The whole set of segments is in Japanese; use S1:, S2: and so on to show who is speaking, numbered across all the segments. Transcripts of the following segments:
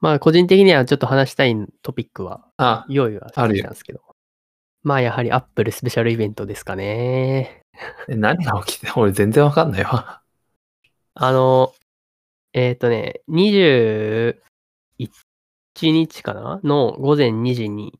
S1: まあ、個人的にはちょっと話したいトピックは、
S2: あ、
S1: 用意はしてきたんですけど。まあ、やはり Apple スペシャルイベントですかね。
S2: え何が起きて 俺全然わかんないわ。
S1: あの、えっ、とね、21日かなの午前2時に、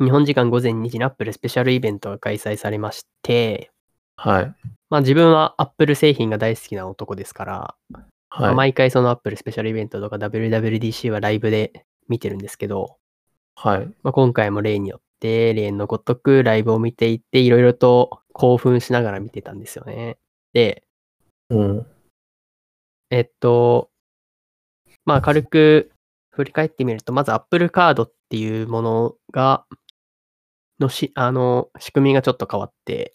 S1: 日本時間午前2時に Apple スペシャルイベントが開催されまして、
S2: はい。
S1: まあ自分は Apple 製品が大好きな男ですから、まあ
S2: はい。
S1: 毎回その Apple スペシャルイベントとか WWDC はライブで見てるんですけど、
S2: はい。
S1: まあ、今回も例によって、例のごとくライブを見ていって、いろいろと興奮しながら見てたんですよね。で、
S2: うん。
S1: えっと、まあ軽く振り返ってみると、まず Apple カードっていうものが、のし、あの、仕組みがちょっと変わって、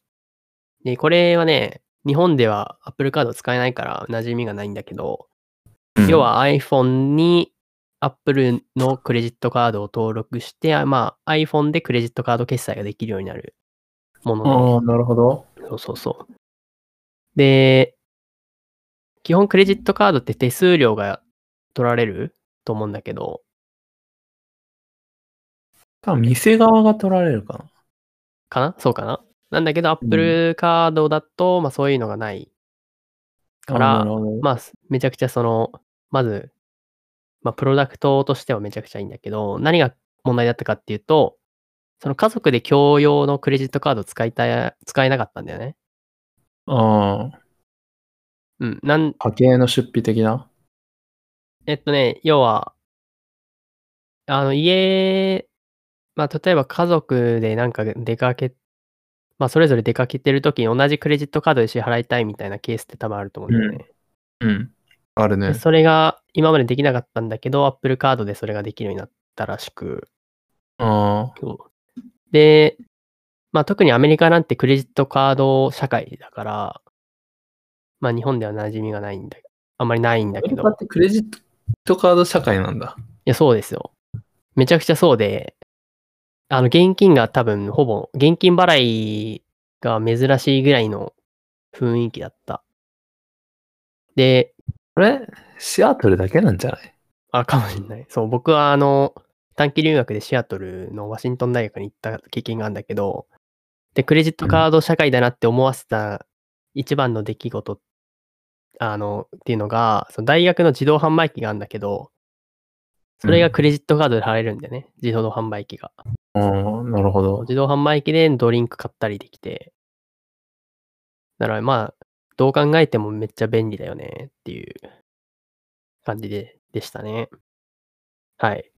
S1: で、これはね、日本では Apple カード使えないから馴染みがないんだけど、要、は iPhone に Apple のクレジットカードを登録して、あまあ iPhone でクレジットカード決済ができるようになるもので、
S2: ああ、なるほど。
S1: そうそうそう。で、基本クレジットカードって手数料が取られると思うんだけど、
S2: 多分店側が取られるか
S1: かなそうかななんだけど、Apple カードだと、まあそういうのがない
S2: な。
S1: から
S2: あーなるほど
S1: まあ、すめちゃくちゃその、まず、まあ、プロダクトとしてはめちゃくちゃいいんだけど、何が問題だったかっていうと、その家族で共用のクレジットカード使いたい、使えなかったんだよね。
S2: ああ、
S1: うん。なん、
S2: 家計の出費的な。
S1: えっとね、要は、あの、家、まあ、例えば家族でなんか出かけ、まあ、それぞれ出かけてるときに同じクレジットカードで支払いたいみたいなケースって多分あると思うんだよね。
S2: うん。ある
S1: で
S2: ね。
S1: それが今までできなかったんだけど、Apple カードでそれができるようになったらしく。
S2: あ
S1: そうで、まあ、特にアメリカなんてクレジットカード社会だから、まあ、日本では馴染みがないんだあんまりないん
S2: あ。
S1: だ
S2: アメ
S1: け
S2: リ
S1: ど、
S2: カ
S1: い
S2: ってクレジットカード社会なんだ。
S1: や、そうですよ。めちゃくちゃそうで、あの、現金が多分、ほぼ、現金払いが珍しいぐらいの雰囲気だった。で、
S2: あれシアトルだけなんじゃない
S1: あ、かもしれない。そう、僕はあの、短期留学でシアトルのワシントン大学に行った経験があるんだけど、で、クレジットカード社会だなって思わせた一番の出来事、あの、っていうのが、その大学の自動販売機があるんだけど、それ
S2: う
S1: が
S2: ん
S1: クレジットカードで払えるんだよね、自動販売機が。
S2: ああ、なるほど。
S1: 自動販売機でドリンク買ったりできて、だからまあ、どう考えてもめっちゃ便利だよねっていう感じで、でしたね。はい。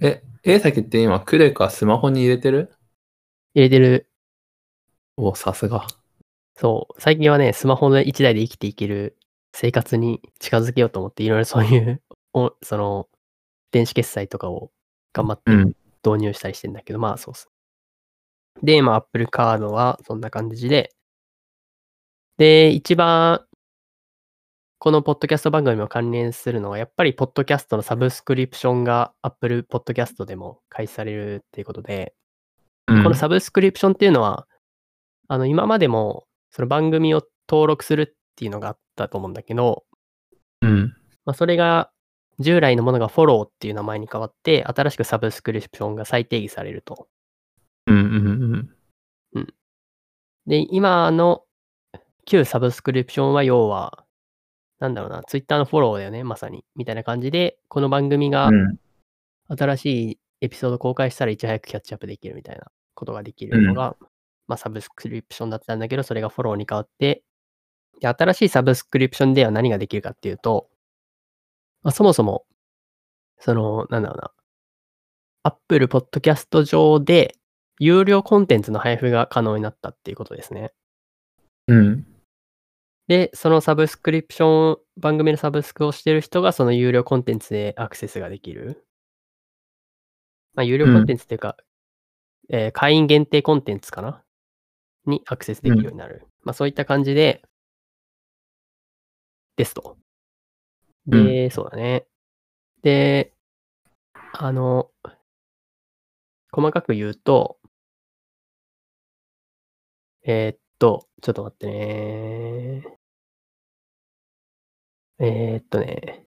S2: え、A 先って今、クレカスマホに入れてる
S1: 入れてる。
S2: お、さすが。
S1: そう。最近はね、スマホで1台で生きていける生活に近づけようと思って、いろいろそういう、おその、電子決済とかを頑張って
S2: うん。
S1: 導入したりしてんだけど、まあそうっす。で、まあ Apple カードはそんな感じで、で、一番、このポッドキャスト番組も関連するのは、やっぱりポッドキャストのサブスクリプションが Apple ポッドキャストでも開始されるっていうことで、このサブスクリプションっていうのは、あの、今までも、その番組を登録するっていうのがあったと思うんだけど、
S2: うん。
S1: まあ、それが、従来のものがフォローっていう名前に変わって、新しくサブスクリプションが再定義されると。
S2: うんうんうん。
S1: で、今の旧サブスクリプションは要は、なんだろうな、ツイッターのフォローだよね、まさに。みたいな感じで、この番組が
S2: うん
S1: 新しいエピソード公開したらいち早くキャッチアップできるみたいなことができるのが、まあサブスクリプションだったんだけど、それがフォローに変わって、で、新しいサブスクリプションでは何ができるかっていうと、まあ、そもそも、その、なんだろうな、Apple Podcast 上で有料コンテンツの配布が可能になったっていうことですね。
S2: うん。
S1: で、そのサブスクリプション、番組のサブスクをしてる人がその有料コンテンツでアクセスができる。まあ、有料コンテンツっていうか、えー会員限定コンテンツかなにアクセスできるようになる。まあ、そういった感じで、ですと。で、そうだね。で、あの、細かく言うと、えーっと、ちょっと待ってね。えーっとね。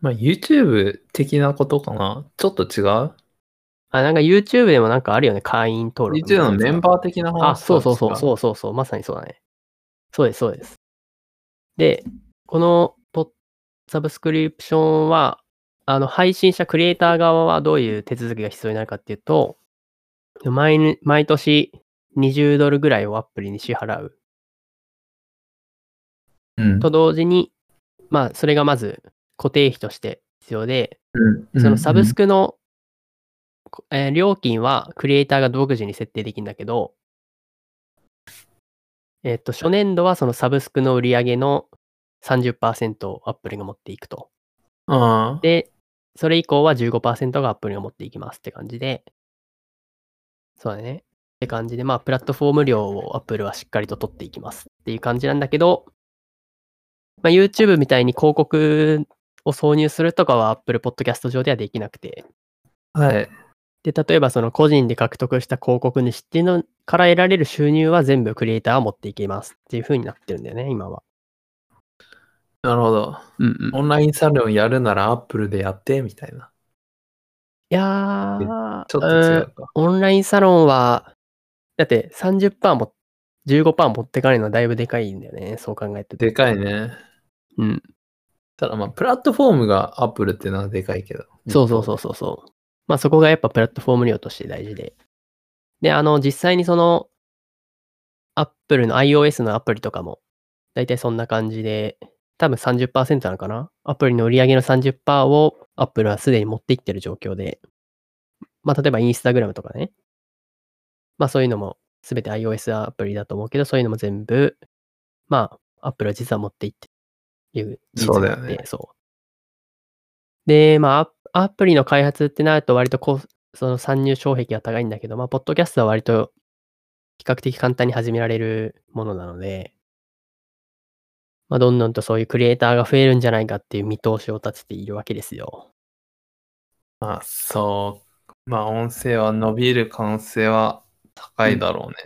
S2: まあ、YouTube 的なことかなちょっと違う
S1: あ、なんか YouTube でもなんかあるよね、会員登録みたい
S2: ?YouTube
S1: なや
S2: の
S1: つが。
S2: メンバー的な話
S1: あ、そうそうそう、
S2: う。
S1: そうそうそう、まさにそうだね。そうです、そうです。で、このポッサブスクリプションは、あの、配信者クリエイター側はどういう手続きが必要になるかっていうと、毎日毎年20ドルぐらいをアップルに支払う。
S2: うん。
S1: と同時に、まあ、それがまず固定費として必要で、
S2: うん
S1: そのサブスクの、こえー料金はクリエイターが独自に設定できるんだけど、えっと、初年度はそのサブスクの売り上げの30%をアップルが持っていくと。
S2: うんあー
S1: で、それ以降は15%がアップルが持っていきますって感じで、そうだね。って感じで、まあ、プラットフォーム料をアップルはしっかりと取っていきますっていう感じなんだけど、まあ、YouTube みたいに広告を挿入するとかは Apple Podcast 上ではできなくて、
S2: はい。
S1: で、例えばその個人で獲得した広告主っていうのから得られる収入は全部クリエイターは持っていけますっていう風になってるんだよね、今は。
S2: なるほど。
S1: うんい
S2: オンラインサロンやるなら Apple でやって、みたいな。
S1: やー、
S2: ちょっと違
S1: うん
S2: うか。
S1: オンラインサロンは、だって30%も15%持ってかれるのはだいぶでかいんだよね、そう考えてて。
S2: でかいね。
S1: うん。
S2: ただまあ、プラットフォームが Apple ってのはでかいけど。
S1: そうそうそうそうそう。まあそこがやっぱプラットフォーム量として大事で。で、あの、実際にその、Apple の iOS のアプリとかも、だいたいそんな感じで、多分30%なのかなアプリの売り上げの30%を Apple はすでに持っていってる状況で、まあ例えば Instagram とかね、まあそういうのも全て iOS アプリだと思うけど、そういうのも全部、まあ Apple は実は持っていっていう事実があって
S2: そうだよね
S1: そう。で、まあアプアプリの開発ってなると割とこう、その参入障壁が高いんだけど、まあ、ポッドキャストは割と比較的簡単に始められるものなので、まあ、どんどんとそういうクリエイターが増えるんじゃないかっていう見通しを立てているわけですよ。
S2: まあ、そう。まあ、音声は伸びる可能性は高いだろうね。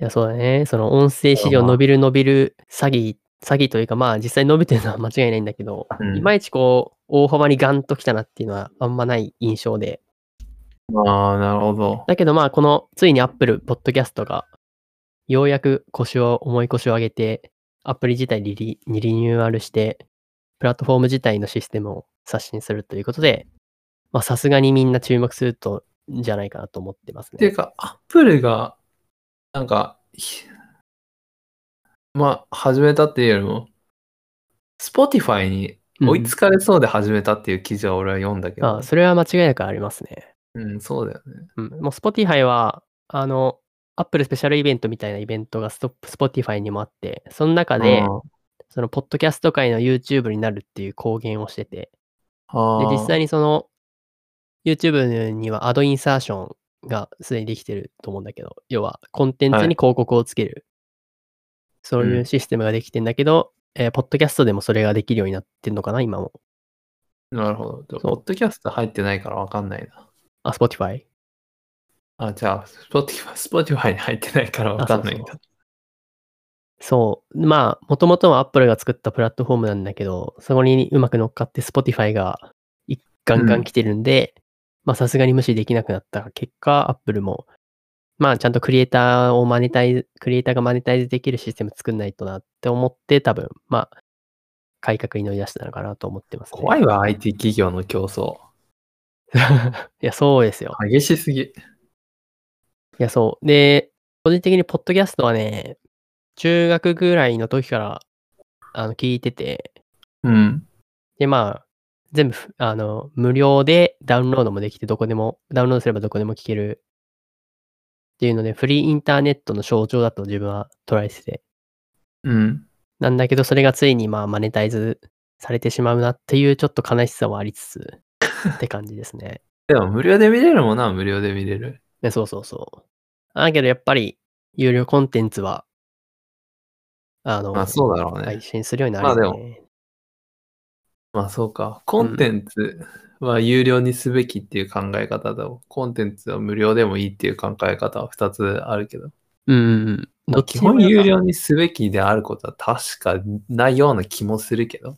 S1: いや、そうだね。その音声市場伸びる伸びる詐欺、詐欺というか、まあ実際伸びてるのは間違いないんだけど、
S2: うん
S1: いまいちこう、大幅にガンときたなっていうのはあんまない印象で。
S2: ああ、なるほど。
S1: だけどまあ、この、ついに Apple Podcast が、ようやく腰を、重い腰を上げて、アプリ自体にリにリニューアルして、プラットフォーム自体のシステムを刷新するということで、まあさすがにみんな注目すると、じゃないかなと思ってます
S2: てい
S1: ね。
S2: うか、Apple が、なんか、ひまあ、始めたっていうよりも、Spotify に追いつかれそうで始めたっていう記事は俺は読んだけ
S1: あ
S2: ど
S1: あ、それは間違いなくありますね。
S2: うん、そうだよね。
S1: うん、もう Spotify は、あの、Apple スペシャルイベントみたいなイベントがスト Spotify にもあって、その中で、
S2: うん
S1: その、ポッドキャスト界の YouTube になるっていう公言をしてて、
S2: あ
S1: で、
S2: ー
S1: 実際にその、YouTube にはアドインサーションがすでにできてると思うんだけど、要は、コンテンツ
S2: はい
S1: に広告をつける、そういううんシステムができてんだけど、えーポッドキャストでもそれができるようになってんのかな、今も。
S2: なるほど。
S1: そ
S2: ポ
S1: う
S2: ッドキャスト入ってないからわかんないな。
S1: あ、Spotify。
S2: あ、じゃあ、Spotify, Spotify に入ってないからわかんないんだ。
S1: そう。まあ、もともとは Apple が作ったプラットフォームなんだけど、そこにうまく乗っかって Spotify がいガンガン来てるんで、まあ、さすがに無視できなくなった結果、Apple も、まあ、ちゃんとクリエイターをマネタイズ、クリエイターがマネタイズできるシステム作んないとなって思って、多分、まあ、改革に乗り出したのかなと思ってます、ね。
S2: 怖
S1: い
S2: いわ、IT 企業の競争。
S1: や、そうですよ。
S2: 激しすぎ。
S1: いや、そう。で、個人的にポッドキャストはね、中学ぐらいの時から、あの、聞いてて、
S2: うん。
S1: で、まあ、全部ふ、あの、無料でダウンロードもできて、どこでも、ダウンロードすればどこでも聞けるっていうので、フリーインターネットの象徴だと自分は捉えてて。
S2: うん。
S1: なんだけど、それがついに、まあ、マネタイズされてしまうなっていう、ちょっと悲しさもありつつ、って感じですね。
S2: でも、無料で見れるものは無料で見れる。
S1: ね、そうそうそう。だけど、やっぱり、有料コンテンツは、あの、
S2: まあ、そうだろうね。
S1: 配信するようになるよね。
S2: まあ、そうか。コンテンツは有料にすべきっていう考え方と、コンテンツは無料でもいいっていう考え方は2つあるけど、
S1: うんうんうん。どっち
S2: 基
S1: でも
S2: 本
S1: なんか
S2: 有料にすべきであることは確かないような気もするけど、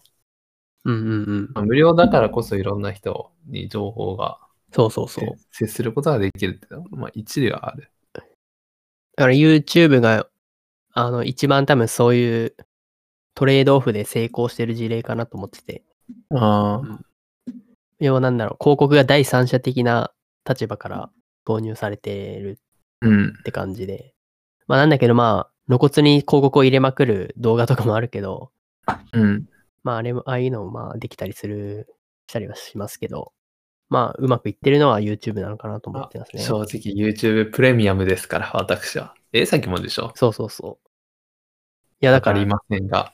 S1: うんうんうん。
S2: まあ無料だからこそいろんな人に情報が
S1: そうそうそう。
S2: 接することができるってのは、まあ一理はある。
S1: だから YouTube が、あの、一番多分そういうトレードオフで成功してる事例かなと思ってて、
S2: あ
S1: ー要はなんだろう、広告が第三者的な立場から導入されてる
S2: うん。
S1: って感じで。まあなんだけどまあ、露骨に広告を入れまくる動画とかもあるけど、
S2: うん。
S1: まああれも、ああいうのもまあできたりする、したりはしますけど、まあうまくいってるのは YouTube なのかなと思ってますね。
S2: 正直 YouTube プレミアムですから、私は。え、さっきもでしょ
S1: そうそうそう。いやだか
S2: わ
S1: ら
S2: りませんが。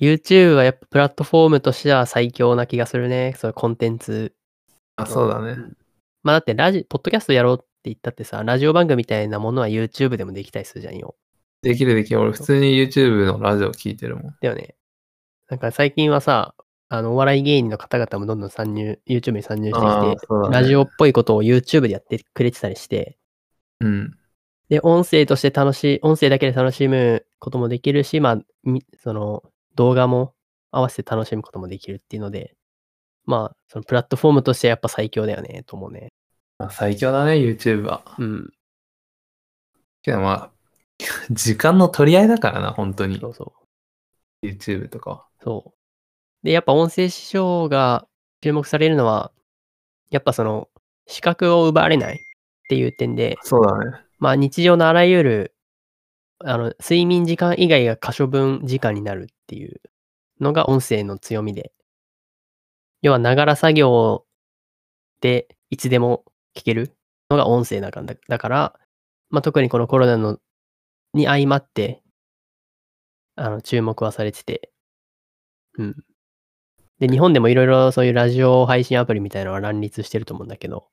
S1: YouTube はやっぱプラットフォームとしては最強な気がするね。そういうコンテンツ。
S2: あ、そうだね。
S1: まあだってラジ、ポッドキャストやろうって言ったってさ、ラジオ番組みたいなものは YouTube でもできたりするじゃんよ。
S2: できるできる。俺普通に YouTube のラジオ聞いてるもん。
S1: だよね。なんか最近はさ、あの、お笑い芸人の方々もどんどん参入、YouTube に参入して
S2: あー
S1: きて、
S2: そうだね
S1: ラジオっぽいことを YouTube でやってくれてたりして、
S2: うん。
S1: で、音声として楽しい、音声だけで楽しむこともできるし、まあ、みその、動画も合わせて楽しむこともできるっていうので、まあ、そのプラットフォームとしてやっぱ最強だよね、と思うね。
S2: まあ、最強だね、YouTube は。
S1: うん。
S2: けどまあ、 時間の取り合いだからな、本当に
S1: そ。うそう。
S2: YouTube とかは。
S1: そう。で、やっぱ音声師匠が注目されるのは、やっぱその、資格を奪われないっていう点で、
S2: そうだね。
S1: まあ日常のあらゆる、あの、睡眠時間以外が可処分時間になるっていうのが音声の強みで。要は、ながら作業でいつでも聞けるのが音声だから、だから、まあ特にこのコロナのに相まって、あの、注目はされてて。うん。で、日本でもいろいろそういうラジオ配信アプリみたいなのは乱立してると思うんだけど、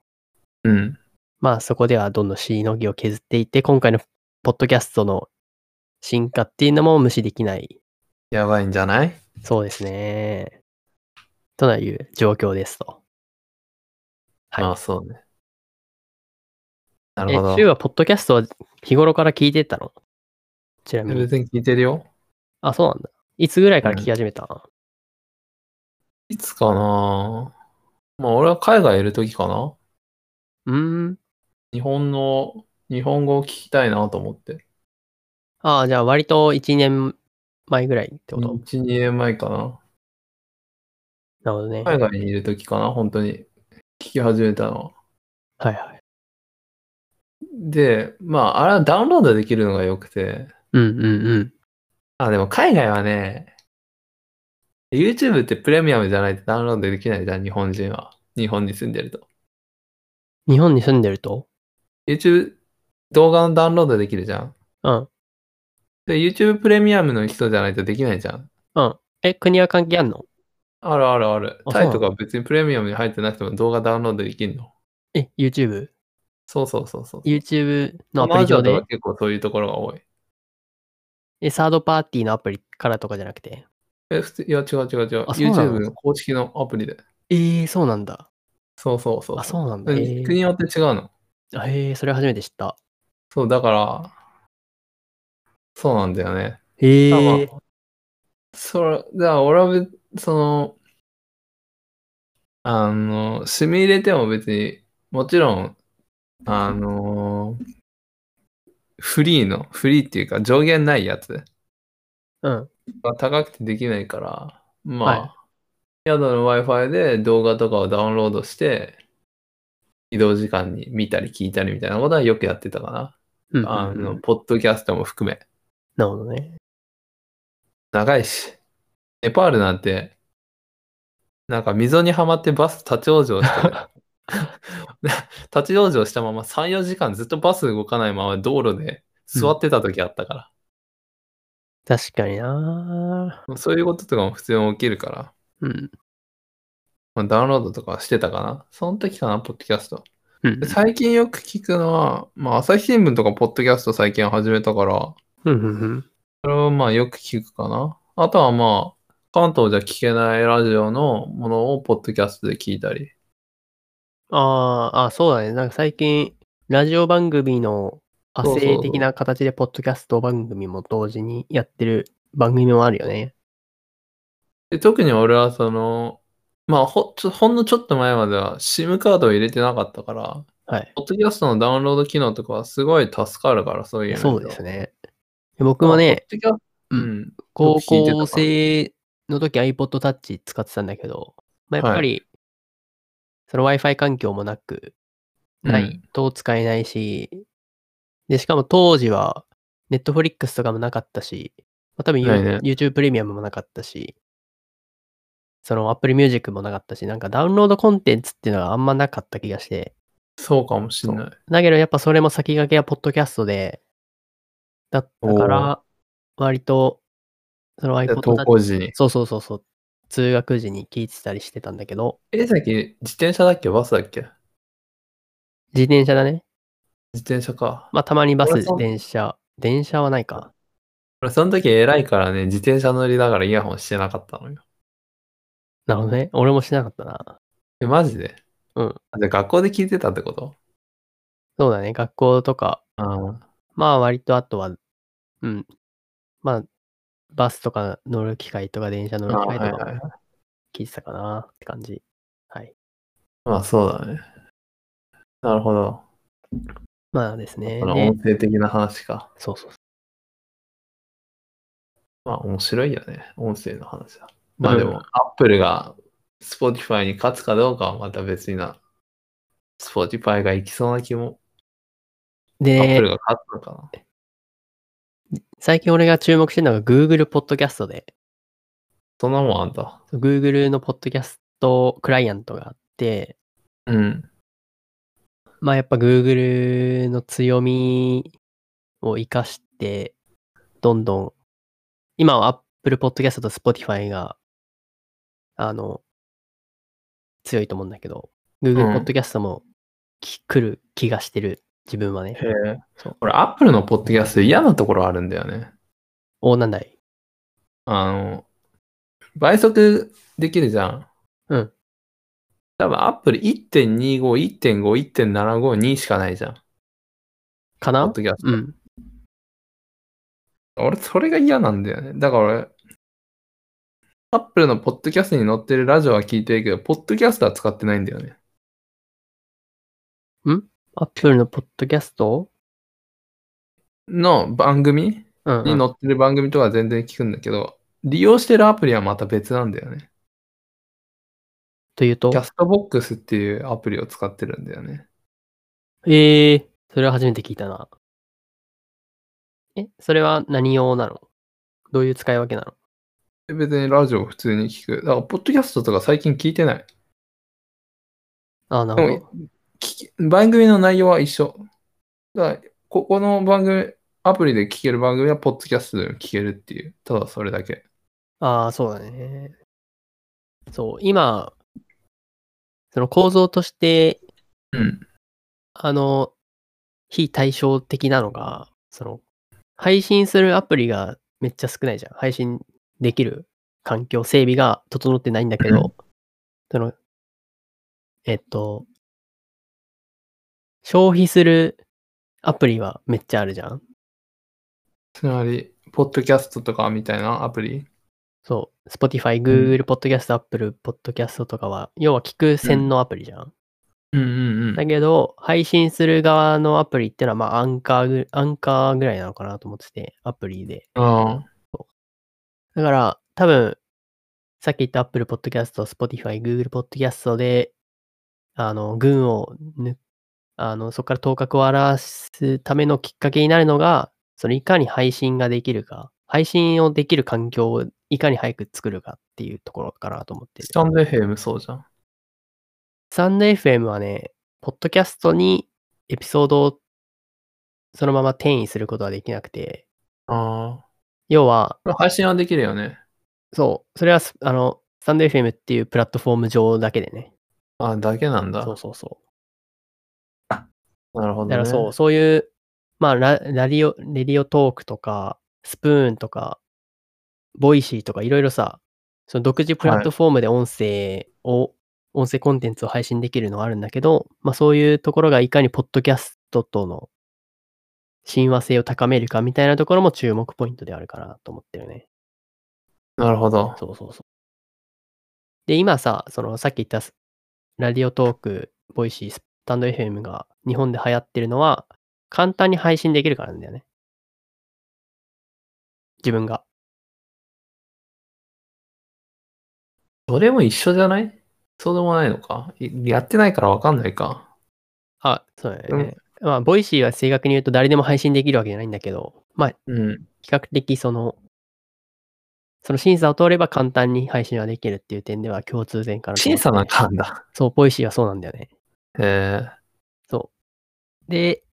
S2: うん。
S1: まあそこではどんどんしのぎを削っていて、今回のポッドキャストの進化っていうのも無視できない。
S2: やばいんじゃない
S1: そうですね。という状況ですと。はい
S2: ああ、そうね。な
S1: え
S2: るほど、
S1: シュ。ウはポッドキャストは日頃から聞いてたのちなみに。
S2: 別に聞いてるよ。
S1: あ、そうなんだ。いつぐらいから聞き始めた、
S2: いつかなまあ、俺は海外いるときかな
S1: うん、ん。
S2: 日本の、日本語を聞きたいなと思って。
S1: ああ、じゃあ割と1年前ぐらいってこと、
S2: 1、2年前かな。
S1: なるほどね。はい
S2: 海外にいるときかな本当に。聞き始めたのは。
S1: はい。
S2: で、まあ、あれはダウンロードできるのが良くて。
S1: うんうんうん。
S2: あ、でも海外はね、YouTube ってプレミアムじゃないとダウンロードできないじゃん、日本人は。日本に住んでると。
S1: 日本に住んでると
S2: YouTube 動画のダウンロードできるじゃん。
S1: うん。
S2: で、YouTube プレミアムの人じゃないとできないじゃん。
S1: え、国は関係あんの
S2: あるあるある。
S1: あ
S2: タイとか別にプレミアムに入ってなくても動画ダウンロードできるの。
S1: え、YouTube?YouTube
S2: そうそうそうそう。
S1: のアプリ上で
S2: 東南アジアとか。結構そういうところが多い。
S1: え、サードパーティーのアプリからとかじゃなくて。
S2: え、普通、いや、違う違う違う。
S1: あそうなの
S2: YouTube の公式のアプリで。
S1: ええそうなんだ。
S2: そうそうそう。
S1: あ、そうなんだ。
S2: う
S1: え
S2: ん
S1: ー
S2: 国によって違うの。
S1: あへえそれ初めて知った。
S2: そう、だから、そうなんだよね。
S1: ええ
S2: まあまあそれ、だから俺は別、その、あの、染み入れても別に、もちろん、あの、フリーの、フリーっていうか上限ないやつ
S1: うん。
S2: が高くてできないから、まあ、
S1: はい
S2: 宿の Wi-Fi で動画とかをダウンロードして、移動時間に見たり聞いたりみたいなことはよくやってたかな。
S1: うんうん
S2: あ
S1: う
S2: の、
S1: ん
S2: ポッドキャストも含め。
S1: なるほどね。
S2: 長いし。ネパールなんて、なんか溝にはまってバス立ち往 生して、立ち往生したまま3、4時間ずっとバス動かないまま道路で座ってた時あったから。
S1: 確かにな
S2: そういうこととかも普通に起きるから、
S1: うん。
S2: まあ、ダウンロードとかしてたかな。その時かな、ポッドキャスト。
S1: うん
S2: で。最近よく聞くのは、まあ、朝日新聞とかポッドキャスト最近始めたから、
S1: うんうんうん。
S2: それはまあよく聞くかな。あとはまあ、関東じゃ聞けないラジオのものをポッドキャストで聞いたり。
S1: あーあ、そうだね。なんか最近、ラジオ番組の
S2: そうそう
S1: 派生的な形で、ポッドキャスト番組も同時にやってる番組もあるよね。
S2: で特に俺はその、まあほちょ、ほんのちょっと前までは SIM カードを入れてなかったから、
S1: はい。
S2: ポッドキャストのダウンロード機能とかはすごい助かるから、そういう意味
S1: そうです
S2: ね。
S1: ね。僕もね、
S2: ポッドキャス
S1: う
S2: うんん。
S1: 高
S2: よく聞いてた
S1: 校生の時 iPod Touch 使ってたんだけど、まあ、やっぱり、その Wi-Fi 環境もなく、な
S2: うん
S1: いと使えないし、で、しかも当時は Netflix とかもなかったし、まあ、多分 You-
S2: ないね
S1: YouTube プレミアムもなかったし、その Apple Music もなかったし、なんかダウンロードコンテンツっていうのはあんまなかった気がして、
S2: そうかもしれない。
S1: だけどやっぱそれも先駆けはポッドキャストで、だったか
S2: お
S1: ら、割と、その iPod
S2: 投
S1: Touch
S2: 稿時に。
S1: そうそうそうそう。通学時に聞いてたりしてたんだけど、
S2: え、さっき自転車だっけバスだっけ
S1: 自転車だね。
S2: 自転車か。
S1: まあたまにバス、
S2: 俺
S1: 自
S2: そう
S1: 転車。電車はないか。
S2: 俺、その時偉いからね、自転車乗りながらイヤホンしてなかったのよ。
S1: なるほどね。俺もしなかったな。
S2: え、マジで
S1: うん。
S2: あじゃあ学校で聞いてたってこと
S1: そうだね。学校とか、
S2: うん。
S1: まあ割とあとは、うん。まあ、バスとか乗る機会とか電車乗る
S2: あ
S1: 機会
S2: はい
S1: と
S2: はい
S1: か聞いてたかなって感じ。はい。
S2: まあ、そうだね。なるほど。
S1: まあですね。
S2: その
S1: で
S2: 音声的な話か。
S1: そうそうそう。
S2: まあ、面白いよね。音声の話は。まあ
S1: うん
S2: でも、Apple が Spotify に勝つかどうかはまた別にな。Spotify が行きそうな気も。
S1: で
S2: Apple、が勝つのかな。
S1: 最近俺が注目してるのが Google ポッドキャストで、
S2: そんなもんあんた。
S1: Google のポッドキャストクライアントがあって、
S2: うん。
S1: まあやっぱ Google の強みを生かして、どんどん、今は Apple Podcast と Spotify が、あの、強いと思うんだけど、
S2: う
S1: Google
S2: ん
S1: Podcast もき、来る気がしてる、自分はね。
S2: へえ。俺、Apple のポッドキャスト嫌なところあるんだよね。
S1: おなんだい。
S2: あの、倍速できるじゃん。
S1: うん。
S2: 多分 Apple 1.25、1.5、1.75、2しかないじゃん。
S1: か
S2: ポッ
S1: な
S2: ドキャスト。
S1: うん。
S2: 俺、それが嫌なんだよね。だから俺、Apple のポッドキャストに載ってるラジオは聞いてるけど、ポッドキャストは使ってないんだよね。
S1: Apple の Podcast?
S2: の番組
S1: うん、う
S2: に
S1: ん。
S2: 載ってる番組とは全然聞くんだけど、利用してるアプリはまた別なんだよね。
S1: というと
S2: キャ、ストボックスっていうアプリを使ってるんだよね。
S1: えー、それは初めて聞いたな。え、それは何用なのどういう使い分けなの
S2: 別にラジオ普通に聞く。だから、ポッドキャストとか最近聞いてない。
S1: あー、な
S2: で
S1: るほ
S2: も
S1: ど。
S2: 聞き番組の内容は一緒。だから、ここの番組、アプリで聞ける番組は、ポッドキャストでも聞けるっていう。ただそれだけ。
S1: ああ、そうだね。そう、今、その構造として、
S2: うん。
S1: あの、非対照的なのが、その、配信するアプリがめっちゃ少ないじゃん。配信できる環境、整備が整ってないんだけど、その、えっと、消費するアプリはめっちゃあるじゃん。
S2: つまり、ポッドキャストとかみたいなアプリ
S1: そう、Spotify、Google、Podcast、Apple、Podcast とかは、要は聞く専のアプリじゃん。
S2: うんうんう
S1: だ
S2: ん。
S1: けど、配信する側のアプリってのは、まあ、アンカーぐ、アンカーぐらいなのかなと思ってて、アプリで。
S2: あ
S1: だから、多分、さっき言った Apple Podcast、Spotify、Google Podcast で、あの、群を抜、あの、そこから頭角を現すためのきっかけになるのが、そのいかに配信ができるか、配信をできる環境をいかに早く作るかっていうところかなと思ってて
S2: スタンド FM そうじゃん。
S1: サンド FM はね、ポッドキャストにエピソードをそのまま転移することはできなくて、
S2: あ
S1: 要は、
S2: あ。配信はできるよね。
S1: そう、それはす、あの、サンド FM っていうプラットフォーム上だけでね。
S2: あだけなんだ
S1: そ。うそうそ
S2: なるほど、
S1: う。
S2: ね。
S1: だからそう、そういう、まあラ、ラリオ、レディオトークとか、スプーンとか、ボイシーとかいろいろさ、その独自プラットフォームで音声を、音声コンテンツを配信できるのはあるんだけど、まあそういうところがいかにポッドキャストとの親和性を高めるかみたいなところも注目ポイントであるかなと思ってるね。
S2: なるほど。
S1: そうそうそで、今さ、そのさっき言ったスラディオトーク、ボイシー、スタンド FM が日本で流行ってるのは、簡単に配信できるからなんだよね。自分が。
S2: それも一緒じゃないそうでもないのかいやってないからわかんないか。
S1: あ、そうだよね。まあ、ボイシーは正確に言うと誰でも配信できるわけじゃないんだけど、まあ、
S2: うん。
S1: 比較的その、その審査を通れば簡単に配信はできるっていう点では共通点かなと思
S2: 審査な
S1: っ
S2: ん
S1: て
S2: かあんだ。
S1: そう、ボイシーはそうなんだよね。
S2: えー、
S1: で、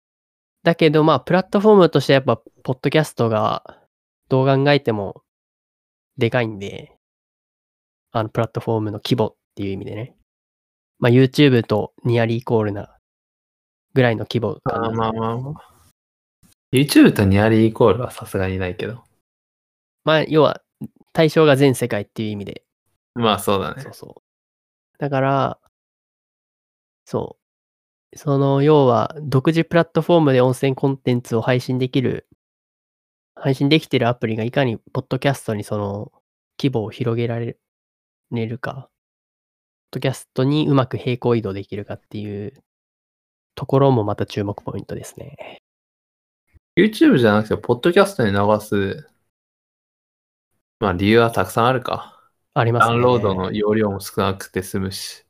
S1: だけどまあ、プラットフォームとしてやっぱ、ポッドキャストが、どう考えても、でかいんで、あの、プラットフォームの規模っていう意味でね。まあ、YouTube とニアリーイコールな、ぐらいの規模か
S2: あ
S1: な。
S2: ーまあまあまあ。YouTube とニアリーイコールはさすがにないけど。
S1: まあ、要は、対象が全世界っていう意味で、
S2: まあそうだね
S1: そう。そう。だから、そう。その、要は、独自プラットフォームで温泉コンテンツを配信できる、配信できてるアプリがいかに、ポッドキャストにその、規模を広げられれるか、ポッドキャストにうまく平行移動できるかっていうところもまた注目ポイントですね。
S2: YouTube じゃなくて、ポッドキャストに流す、まあ理由はたくさんあるか。
S1: ありますね。
S2: ダウンロードの容量も少なくて済むし。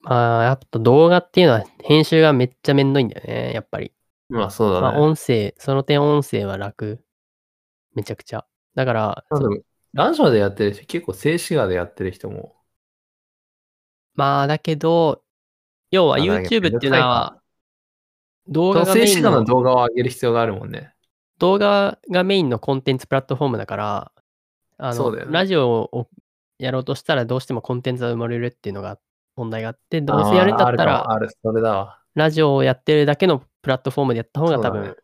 S1: まあ、やっぱ動画っていうのは編集がめっちゃめんどいんだよね、やっぱり。
S2: まあそう
S1: ま
S2: だ
S1: あ、
S2: ね。
S1: 音声、その点音声は楽。めちゃくちゃ。だから、
S2: まあ、
S1: そ
S2: でもラジオでやってる人、結構静止画でやってる人も。
S1: まあ、だけど、要は
S2: まあだけど
S1: YouTube っていうのは、動画
S2: その
S1: が
S2: 静
S1: メイ
S2: 止
S1: ン
S2: 画の
S1: の、
S2: 動画を上げる必要があるもんね。
S1: 動画がメインのコンテンツプラットフォームだから、あ
S2: そ
S1: の、
S2: うだよね
S1: ラジオをやろうとしたらどうしてもコンテンツが生まれるっていうのが問題があって、どうせやるんだった
S2: あ
S1: ら、
S2: ーあるかもある、それだわ。
S1: ラジオをやってるだけのプラットフォームでやった方が多
S2: そうだ
S1: 分
S2: ね、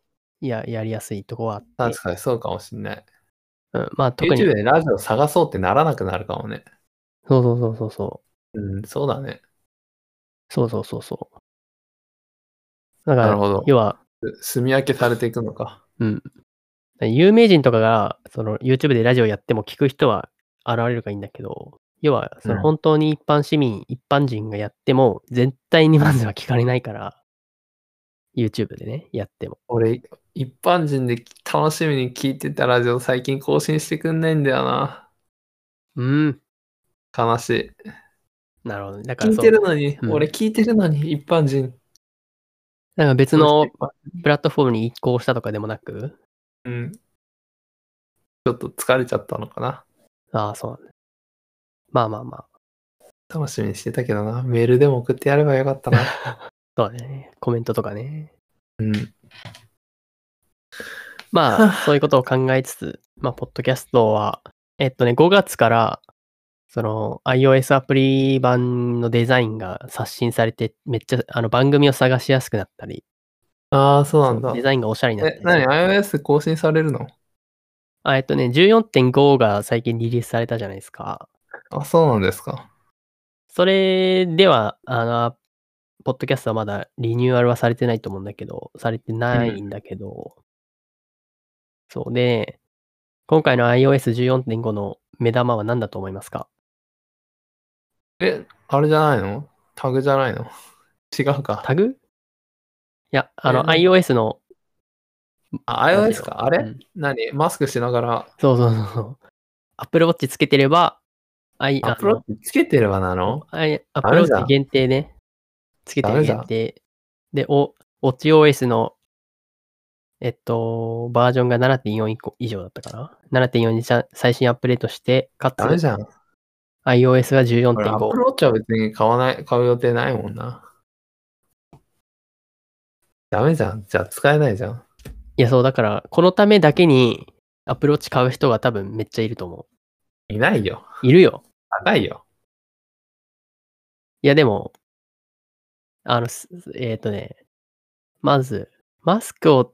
S1: いや、やりやすいとこはあって
S2: 確、かにそうかもしんない。
S1: うん、まあ特に、そう
S2: YouTube でラジオ探そうってならなくなるかもね。
S1: そうそうそうそう。
S2: うん、そうだね。
S1: そうそうそうそう。だか
S2: なる
S1: ら、
S2: ほど。
S1: 要は、
S2: 住み分けされていくのか。
S1: うん。有名人とかが、その YouTube でラジオやっても聞く人は現れるからいいんだけど、要は、そ
S2: うん
S1: の本当に一般市民、一般人がやっても、絶対にまずは聞かれないから、YouTube でね、やっても。
S2: 俺、一般人で楽しみに聞いてたラジオ最近更新してくんないんだよな。
S1: うん。
S2: 悲しい。
S1: なるほどね。だから
S2: 聞い
S1: そう
S2: てるのに、
S1: うん
S2: 俺聞いてるのに一般人。
S1: なんか別
S2: そ
S1: のプラットフォームに移行したとかでもなく、
S2: うん。ちょっと疲れちゃったのかな。
S1: ああ、そうなんだ。まあまあまあ、
S2: 楽しみにしてたけどな。メールでも送ってやればよかったな。
S1: そうだね。コメントとかね。
S2: うん。
S1: まあ、そういうことを考えつつ、まあ、ポッドキャストは、えっとね、5月から、その iOS アプリ版のデザインが刷新されて、めっちゃあの番組を探しやすくなったり、
S2: ああ、そうなんだ
S1: デ。ザインがおしゃれになった
S2: え
S1: り、する。
S2: 何 ?iOS 更新されるの
S1: あえっとね、14.5が最近リリースされたじゃないですか。
S2: あ、そうなんですか。
S1: それでは、あの、ポッドキャストはまだリニューアルはされてないと思うんだけど、されてないんだけど、そうで、今回の iOS14.5 の目玉は何だと思いますか
S2: え、あれじゃないのタグじゃないの違うか。
S1: タグいや、あの、
S2: えー
S1: iOS の。
S2: あ、
S1: なんてい
S2: iOS
S1: うの
S2: か。あれ、
S1: うん
S2: 何マスクしながら、
S1: そうそうそうそう。Apple Watch つけてれば、i
S2: アップロードつけてればな
S1: あの
S2: の
S1: i Apple
S2: ダメじゃ
S1: Watch
S2: ん
S1: 限定ね。つけて
S2: ダ
S1: る
S2: メじゃ
S1: 限
S2: ん
S1: 定。で、お、WatchOS の、えっと、バージョンが7.4以降以上だったかな ?7.4 にさ最新アップデートして、かつ
S2: ダメじゃん。
S1: iOS が
S2: 俺、アップ
S1: 14.5。
S2: ロードは別に買わない、買う予定ないもんな。ダメじゃん。じゃあ使えないじゃん。
S1: いや、そう、だから、このためだけに Apple Watch 買う人が多分めっちゃいると思
S2: いないよ。
S1: う。いるよ。
S2: 高いよ。
S1: いや、でも、あの、すえっ、とね、まず、マスクを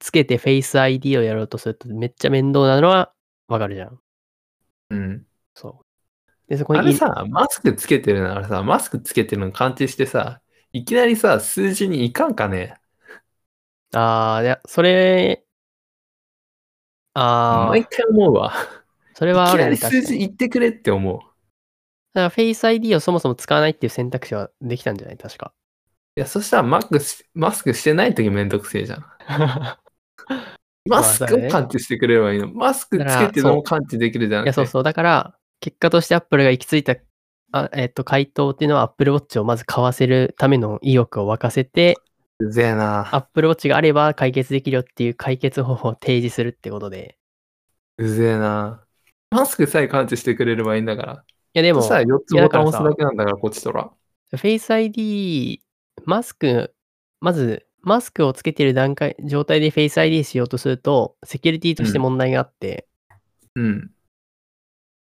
S1: つけて Face ID をやろうとするとめっちゃ面倒なのはわかるじゃん。
S2: うん。
S1: そう。で、そこに
S2: あ
S1: い、
S2: れさ、マスクつけてるならさ、マスクつけてるの感知してさ、いきなりさ、数字にいかんかね。
S1: あーいや、それ、ああ
S2: 毎、回思うわ。
S1: それ
S2: い
S1: はあ
S2: き
S1: る
S2: な
S1: ね
S2: り
S1: 確
S2: 数
S1: かに
S2: 字言ってくれって思う。
S1: だから Face ID をそもそも使わないっていう選択肢はできたんじゃない確か。
S2: いや、そしたらマックしマスクしてないときめんどくせえじゃん。マスクを感知してくれればいいの。マスクつけてるのも感知できるじゃん。
S1: いや、そう そう。だから、結果として Apple が行き着いた、あえっと、回答っていうのは Apple Watch をまず買わせるための意欲を沸かせて、
S2: う。うぜえな。
S1: Apple Watch があれば解決できるよっていう解決方法を提示するってことで。
S2: うぜえな。マスクさえ感知してくれればいいんだから。
S1: いや、で
S2: そ
S1: も
S2: し、たら4つ
S1: いやだ
S2: ボタ
S1: か
S2: ン
S1: らさ
S2: 押すだけなんだから、こっちとら。
S1: Face ID、マスク、まず、マスクをつけてる段階、状態で Face ID しようとすると、セキュリティとして問題があって、
S2: うん。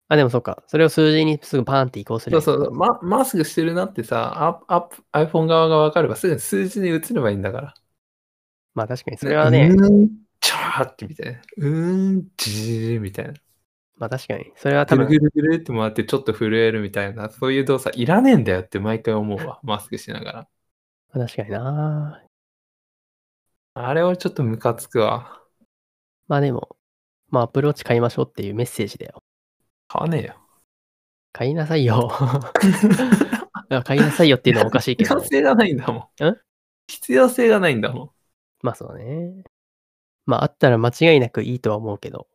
S1: あ、でもそうか、それを数字にすぐパーンって移行す
S2: そ
S1: る。
S2: うそうそうマ。マスクしてるなってさ、アップアップ iPhone 側が分かればすぐに数字に移ればいいんだから。
S1: まあ確かに、それはね、
S2: うーん、チャーってみたいな。うーん、じじじみたいな。
S1: まあ確かに、それは多
S2: ぐる
S1: 分
S2: ぐ、るぐるって回ってちょっと震えるみたいな、そういう動作いらねえんだよって毎回思う わ、マスクしながら。
S1: まあ確かにな
S2: あれはちょっとムカつくわ。
S1: まあでも、まあアプローチ買いましょうっていうメッセージだよ。
S2: 買わねえよ。
S1: 買いなさいよ。 いや買いなさいよっていうのはおかしいけ
S2: 必
S1: ど
S2: 要。性がないんだもん。
S1: ん
S2: 必要性がないんだもん。
S1: まあそうね。まああったら間違いなくいいとは思うけど。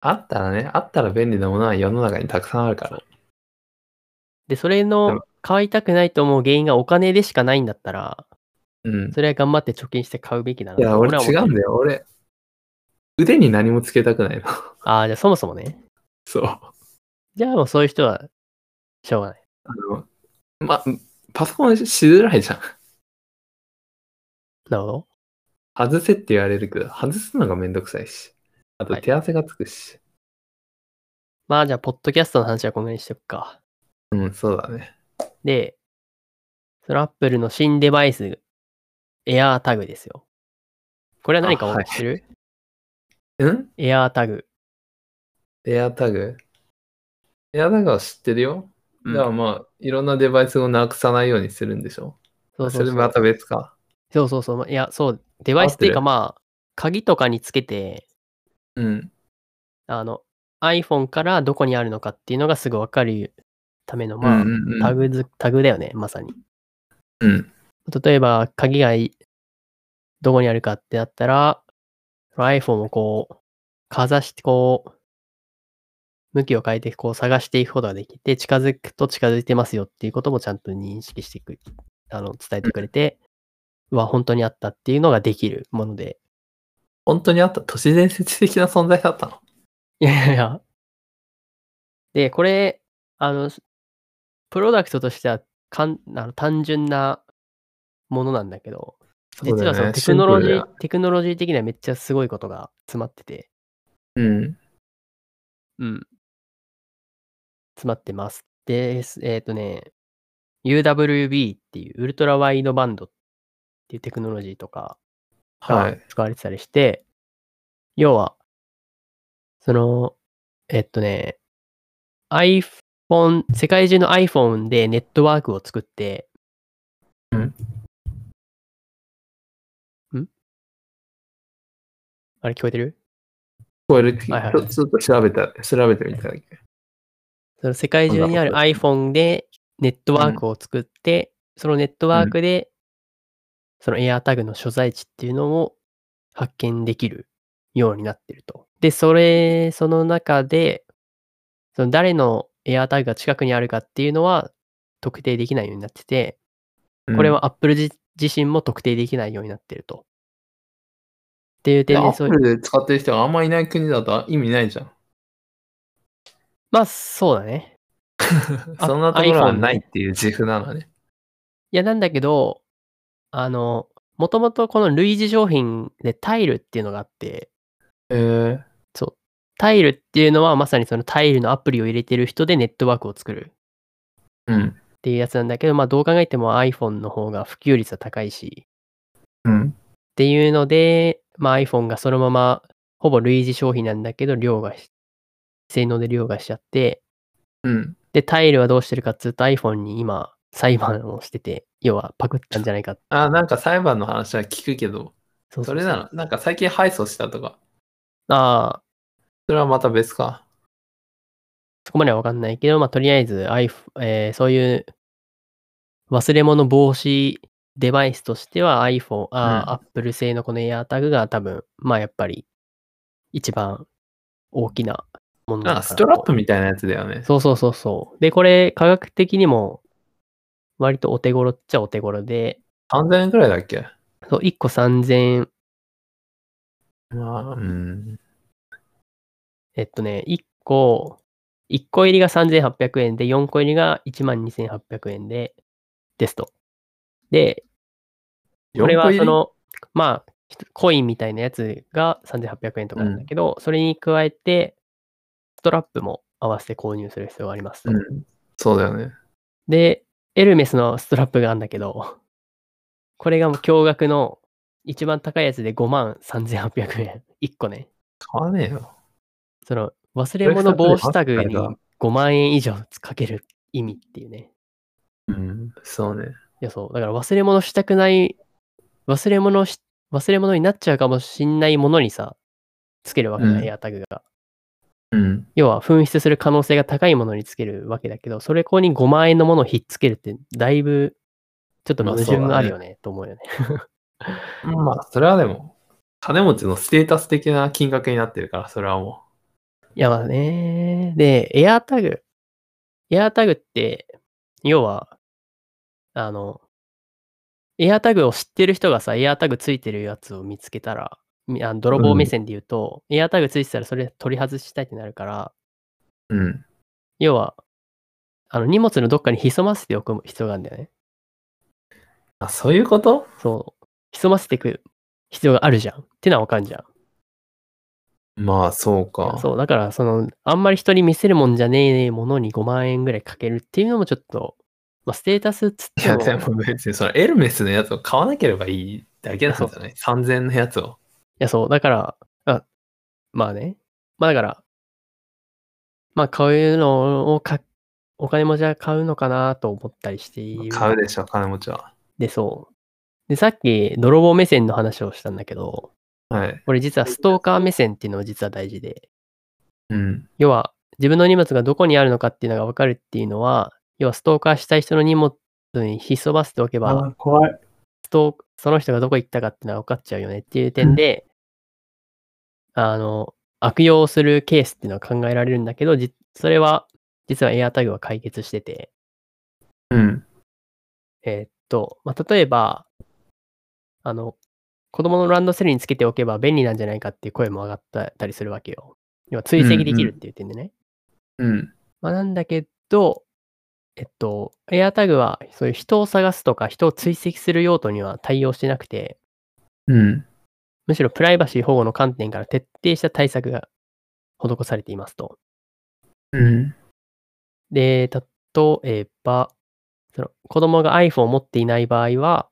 S2: あったらね、あったら便利なものは世の中にたくさんあるから。
S1: で、それ
S2: うん
S1: の買いたくないと思う原因がお金でしかないんだったら、
S2: うん。
S1: それは頑張って貯金して買うべきだな。
S2: いや、俺
S1: は
S2: 違
S1: 思って
S2: うんだよ。俺、腕に何もつけたくないの。
S1: ああ、じゃあそもそもね。
S2: そう。
S1: じゃあもうそういう人は、しょうがない。
S2: あの、ま、パソコンしづらいじゃん。
S1: なるほど。
S2: 外せって言われるけど、外すのがめんどくさいし。あと
S1: はい
S2: 手汗がつくし。
S1: まあじゃあ、ポッドキャストの話はこの辺にしとくか。
S2: うん、そうだね。
S1: で、その Apple の新デバイス、AirTag ですよ。これは何か
S2: あはい
S1: 知ってる、
S2: ん
S1: エア ?AirTag。
S2: エアタグエアタグは知ってるよ。
S1: うん
S2: だからまあ、いろんなデバイスをなくさないようにするんでしょ。
S1: そうそう
S2: れ
S1: そ
S2: ま
S1: う
S2: た別か。
S1: そうそうそう。いや、そう、デバイスっていう
S2: 合ってる
S1: かまあ、鍵とかにつけて、
S2: うん。
S1: あの、iPhone からどこにあるのかっていうのがすぐわかるための、まあ、
S2: うんうんうん
S1: タグず、タグだよね、まさに。
S2: うん。
S1: 例えば、鍵がいどこにあるかってなったら、iPhone をこう、かざして、こう、向きを変えて、こう探していくことができて、近づくと近づいてますよっていうこともちゃんと認識していく、あの、伝えてくれて、うわ、本当にあったっていうのができるもので。
S2: 本当にあった都市伝説的な存在だったの。
S1: いやいやいや。で、これ、あの、プロダクトとしてはかんあの単純なものなんだけど、
S2: うだ
S1: 実
S2: よ
S1: はその
S2: ね
S1: テクノロジ
S2: シン
S1: ー
S2: プ、
S1: テクノロジー的にはめっちゃすごいことが詰まってて、
S2: ルだうん。
S1: うん。詰まってます。で、すえっ、とね、UWB っていうウルトラワイドバンドっていうテクノロジーとか
S2: は
S1: が
S2: い。
S1: 使われてたりして、要は、その、えっとね、iPhone、世界中の iPhone でネットワークを作って、
S2: うん
S1: んあれ聞こえてる
S2: これ、ち
S1: はいはい
S2: ょちょっと調べた、調べてみただけ。
S1: その世界中にある
S2: そんな
S1: iPhone でネットワークを作って、そのネットワークで、その AirTag の所在地っていうのを発見できるようになってると。で、それ、その中で、その誰の AirTag が近くにあるかっていうのは特定できないようになってて、
S2: うん
S1: これ、は Apple 自自身も特定できないようになってると。っていう
S2: で、
S1: 点
S2: ア
S1: で、そう
S2: ッ
S1: い
S2: プ
S1: う、
S2: ルで使ってる人があんまいない国だと意味ない じ ゃん。
S1: まあそうだね。あ
S2: そんなところは
S1: iPhone ね
S2: ないっていう自負なのね。
S1: いや、なんだけど、あの、もともとこの類似商品でタイルっていうのがあって、
S2: えー、
S1: タイルっていうのはまさにそのタイルのアプリを入れてる人でネットワークを作る
S2: うん。
S1: っていうやつなんだけど、まあどう考えても iPhone の方が普及率は高いし、
S2: うん。
S1: っていうので、まあ iPhone がそのままほぼ類似商品なんだけど、凌駕し、性能で凌駕しちゃって、
S2: うん。
S1: で、タイルはどうしてるかっつうと iPhone に今裁判をしてて、要はパクったんじゃないか。
S2: あ、なんか裁判の話は聞くけど、
S1: そう
S2: そ
S1: そうそう
S2: れなら、なんか最近敗訴したとか、
S1: ああ、
S2: それはまた別か。
S1: そこまではわかんないけど、まあ、とりあえず iPhone、えーそういう忘れ物防止デバイスとしては iPhone、あ
S2: う
S1: ー
S2: ん
S1: Apple 製のこの AirTag が多分、まあやっぱり一番大きなものだ
S2: な
S1: か
S2: んからストラップみたいなやつだよね。
S1: そうそうそうそう。で、これ科学的にも割とお手頃っちゃお手頃で、
S2: 3000円くらいだっけ
S1: そう1個3000円
S2: まあ、うん。
S1: えっとね、1個、1個入りが3800円で、4個入りが12800円で、ですと。で、これ
S2: 4個
S1: は
S2: 入り
S1: そ、の、まあ、ひとコインみたいなやつが3800円とかなんだけど、それに加えて、ストラップも合わせて購入する必要がありますと。
S2: うん。そうだよね。
S1: で、エルメスのストラップがあるんだけど、これがもう驚愕の一番高いやつで5万3800円。1個ね。
S2: 買わねえよ。
S1: その忘れ物防止タグ
S2: これ
S1: に
S2: 二つあるか
S1: 5万円以上かける意味っていうね。
S2: うん。そうね。
S1: いや、そう。だから忘れ物したくない、忘れ物し、忘れ物になっちゃうかもしんないものにさ、つけるわけ
S2: う
S1: だ、
S2: ん
S1: エアタグが。
S2: うん。
S1: 要は、紛失する可能性が高いものにつけるわけだけど、それこに5万円のものをひっつけるって、だいぶ、ちょっと矛盾があるよね、と思うよね。
S2: まあ、それはでも、金持ちのステータス的な金額になってるから、それはも
S1: いや、まあね。で、エアタグ。エアタグって、要は、あの、エアタグを知ってる人がさ、エアタグついてるやつを見つけたら、みあの泥棒目線で言うと、エアタグついてたらそれ取り外したいってなるから、
S2: う。うん。
S1: 要は、あの荷物のどっかに潜ませておく必要があるんだよね。
S2: あ、そういうこと
S1: そう。潜ませていく必要があるじゃん。ってのはわかんじゃん。
S2: まあ、そうか。
S1: そう、だから、その、あんまり人に見せるもんじゃねえものに5万円ぐらいかけるっていうのもちょっと、まあ、ステータスっつっ
S2: い
S1: て
S2: や、
S1: も、い
S2: でも別に、それエルメスのやつを買わなければいいだけなんじゃない ?3000 円のやつを。
S1: や、そう、だから、あまあね、まあだから、まあ、こういうのをか、お金持ちは買うのかなと思ったりしている
S2: 買うでしょ、金持ちは。
S1: で、そう。で、さっき、泥棒目線の話をしたんだけど、
S2: はい。
S1: これ実はストーカー目線っていうのが実は大事で、
S2: うん。
S1: 要は自分の荷物がどこにあるのかっていうのが分かるっていうのは、要はストーカーしたい人の荷物に潜ませておけば、
S2: 怖い。
S1: ストーその人がどこ行ったかっていうのは分かっちゃうよねっていう点で、あの、悪用するケースっていうのは考えられるんだけど、じそれは実は AirTag は解決してて、
S2: うん。
S1: えーっと、まあ、例えば、あの、子供のランドセルにつけておけば便利なんじゃないかっていう声も上がったたりするわけよ。要は追跡できるっていう点でね。
S2: うん。
S1: まあ、なんだけど、えっと、AirTag はそういう人を探すとか人を追跡する用途には対応してなくて、
S2: うん。
S1: むしろプライバシー保護の観点から徹底した対策が施されていますと。
S2: うん。
S1: で、例えば、その子供が iPhone を持っていない場合は、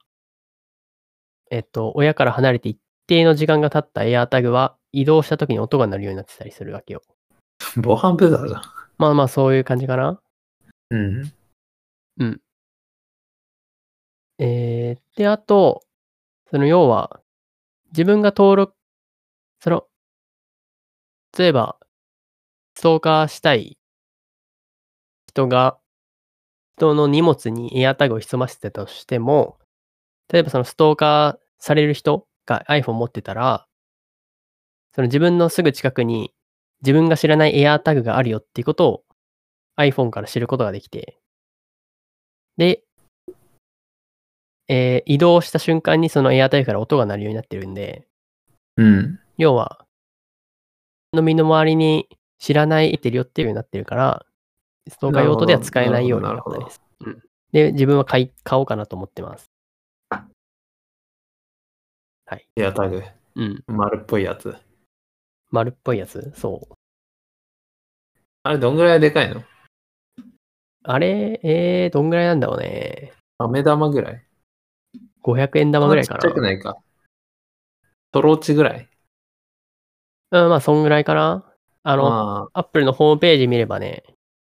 S1: えっと、親から離れて一定の時間が経った AirTag は移動した時に音が鳴るようになってたりするわけよ。
S2: 防犯ブザーじゃ
S1: まあまあ、そういう感じかな。
S2: ん。うん。
S1: えー、で、あと、その要は、自分が登録、その、例えば、ストーカーしたい人が、人の荷物に AirTag を潜ませてたとしても、例えばそのストーカーされる人が iPhone 持ってたら、その自分のすぐ近くに自分が知らない AirTag があるよっていうことを iPhone から知ることができて、で、えー移動した瞬間にそのエアタイから音が鳴るようになってるんで、
S2: うん。
S1: 要は、の身の回りに知らないエテリオっていうようになってるから、ストーカー用途では使えないようになったです。うんで、自分は買い買おうかなと思ってます。
S2: エアタグ。
S1: うん。
S2: 丸っぽいやつ。
S1: 丸っぽいやつそう。
S2: あれ、どんぐらいでかいの
S1: あれ、えー、どんぐらいなんだろうね。
S2: 飴玉ぐらい。
S1: 500円玉ぐらいか
S2: そんちっちゃく
S1: な。
S2: ないか。トローチぐらい。
S1: うん、まあ、そんぐらいかな。あの、
S2: まあ、
S1: アップルのホームページ見ればね、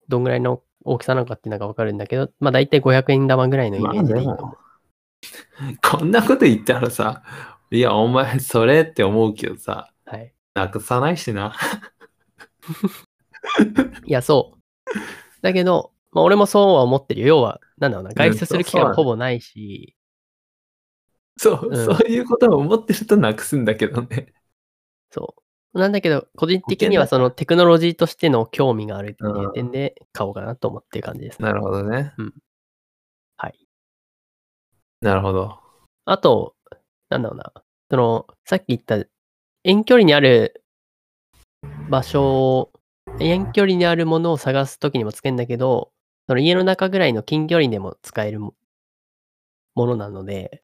S1: どんぐらいの大きさなのかっていうのがわかるんだけど、まあ大体500円玉ぐらいのイメージでいいと思う。
S2: まこんなこと言ったらさ、いや、お前、それって思うけどさ、
S1: はい。
S2: なくさないしな。
S1: いや、そう。だけど、まあ、俺もそうは思ってるよ。要は、なんだろうな、外出する機会
S2: う
S1: は
S2: ん
S1: ほぼないし、
S2: そう、
S1: うん
S2: そういうことを思ってるとなくすんだけどね。
S1: そう。なんだけど、個人的にはそのテクノロジーとしての興味があるっていう点で買おうかなと思ってる感じですね。
S2: なるほどね。
S1: うんはい。
S2: なるほど。
S1: あと、なんだろうな、その、さっき言った、遠距離にある場所を、遠距離にあるものを探すときにもつけんだけど、その家の中ぐらいの近距離でも使えるもものなので、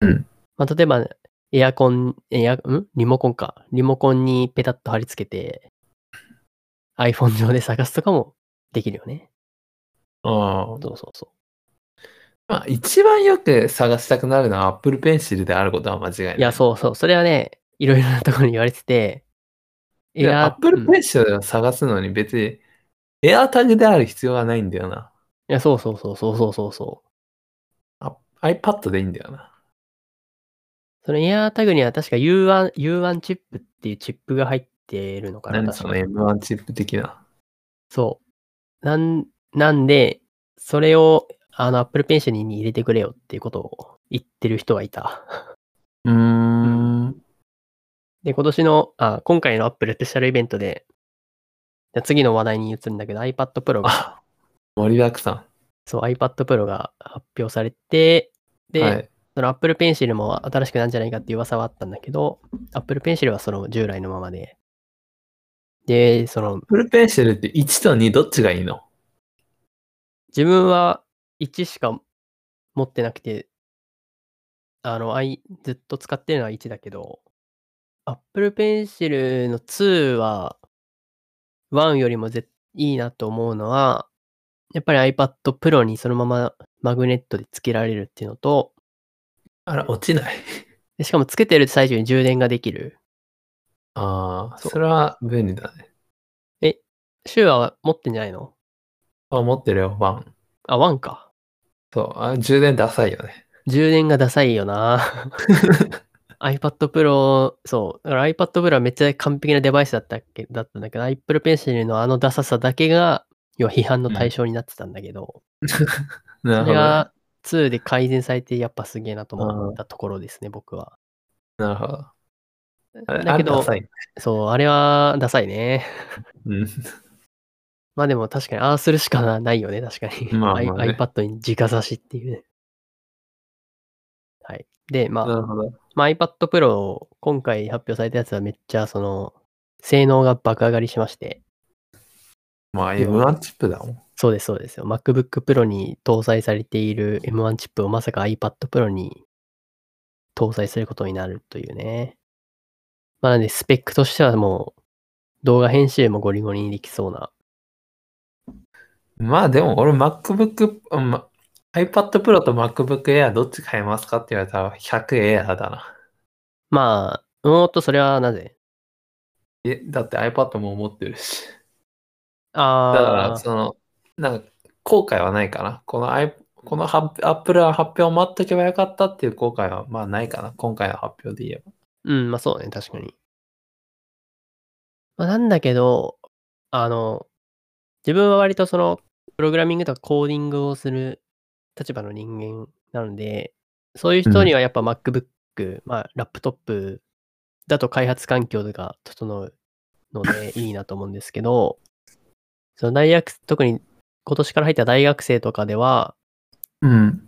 S2: うん
S1: まあ、例えば、エアコン、エア、んリモコンか。リモコンにペタッと貼り付けて、iPhone 上で探すとかもできるよね。
S2: ああ。
S1: そうそうそ
S2: まあ、一番よく探したくなるのは Apple Pencil であることは間違いない。
S1: う。いや、そうそう。それはね、いろいろなところに言われてて、
S2: いや、
S1: エア
S2: Apple
S1: うん
S2: Pencil を探すのに別に AirTag である必要はないんだよな。
S1: いや、そうそうそうそうそうそうそう。
S2: あ iPad でいいんだよな。
S1: その AirTag には確か U1、U1 チップっていうチップが入っているのかな。
S2: 何そ
S1: 確
S2: の
S1: か
S2: M1 チップ的な。
S1: そう。なん、なんで、それを、あの、Apple Pencil に入れてくれよっていうことを言ってる人がいた。
S2: うーん。
S1: で、今年の、あ、今回の Apple スペシャルイベントで、じゃあ次の話題に移るんだけど、iPad Pro が、
S2: あ、盛りだくさ
S1: そう、iPad Pro が発表されて、
S2: ん。
S1: で、
S2: はい。
S1: その Apple Pencil も新しくなんじゃないかっていう噂はあったんだけど、Apple Pencil はその従来のままで。で、その
S2: Apple Pencil って1と2どっちがいいの
S1: 自分は1しか持ってなくて、あの、あいずっと使ってるのは1だけど、Apple Pencil の2は1よりもぜいいなと思うのは、やっぱり iPad Pro にそのままマグネットで付けられるっていうのと、
S2: あら、落ちない。
S1: でしかも付けてる最中に充電ができる。
S2: ああ、
S1: そう
S2: それは便利だね。
S1: シューは持ってんじゃないの
S2: あ、持ってるよ、ワン。
S1: あ、ワンか。
S2: そう、あ充電ダサいよね。
S1: 充電がダサいよ な。iPad Pro、そう。だから iPad Pro はめっちゃ完璧なデバイスだったっけだったんだけど、Apple Pencil のあのダサさだけが、要は批判の対象になってたんだけど、
S2: なる
S1: そ
S2: ほ
S1: れ
S2: どね。
S1: が2で改善されて、やっぱすげえなと思ったところですね、僕は。
S2: なるほど。あれ
S1: だけ
S2: あれ
S1: ど
S2: ダ、サい。
S1: そう、あれはダサいね。
S2: うん。
S1: まあでも確かに、ああするしかないよね、確かに。
S2: まあまあね
S1: iPad に直差しっていうね。はい。で、まあ、
S2: なるほど。
S1: まあ、iPad Pro、今回発表されたやつはめっちゃ、その、性能が爆上がりしまして、
S2: まあ、M1 チップだもん。
S1: そうです、そうですよ。MacBook Pro に搭載されている M1 チップをまさか iPad Pro に搭載することになるというね。まあ、なんで、スペックとしてはもう、動画編集もゴリゴリにできそうな。
S2: まあでも俺 MacBook、うんま iPad Pro と MacBook Air どっち買いますかって言われたら 100Air だな。
S1: まあ、うおーっと、それはなぜ
S2: え、だって iPad も持ってるし。だから
S1: ああ、
S2: その、なんか後悔はないかな。この i このは Apple の発表を待っとけばよかったっていう後悔はまあないかな。今回の発表で言えば。
S1: うん、まあそうね、確かに。まあ、なんだけど、あの、自分は割とその、プログラミングとかコーディングをする立場の人間なので、そういう人にはやっぱ MacBook、まあラップトップだと開発環境が整うの でいいなと思うんですけど、その大学、特に今年から入った大学生とかでは、
S2: うん。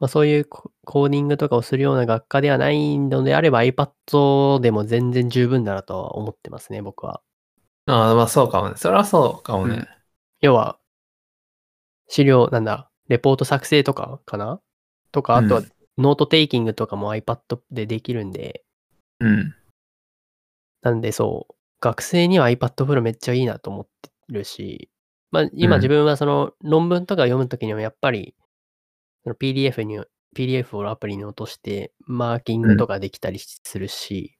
S1: まあ、そういうココーディングとかをするような学科ではないのであれば iPad でも全然十分だなとは思ってますね、僕は。
S2: ああまあそうかもね。それはそうかもね。
S1: うん要は、資料、なんだ、レポート作成とかかなとか、あとは
S2: うん
S1: ノートテイキングとかも iPad でできるんで、
S2: うん。
S1: なんでそう、学生には iPad Pro めっちゃいいなと思ってるし、まあ今
S2: うん
S1: 自分はその論文とか読むときにもやっぱり、その PDF に、PDF をアプリに落として、マーキングとかできたりしするし、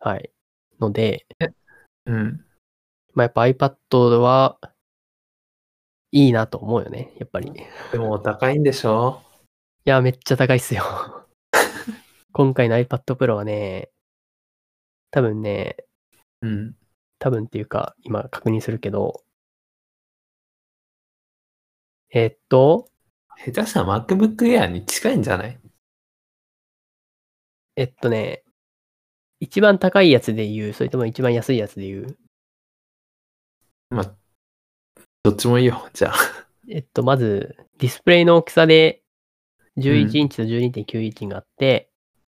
S1: はい。ので、
S2: うん。
S1: まあやっぱ iPad は、いいなと思うよね、やっぱり。い
S2: でもお高いんでしょ
S1: や、めっちゃ高いっ すよ。今回の iPad Pro はね、多分ね、
S2: うん。
S1: 多分っていうか、今確認するけど、えっと、
S2: 下手したら MacBook Air に近いんじゃない
S1: えっとね、一番高いやつで言う、それとも一番安いやつで言う。
S2: まあ、どっちもいいよ。じゃあ。
S1: えっと、まず、ディスプレイの大きさで、
S2: う
S1: 11
S2: ん
S1: インチと12.9インチがあって、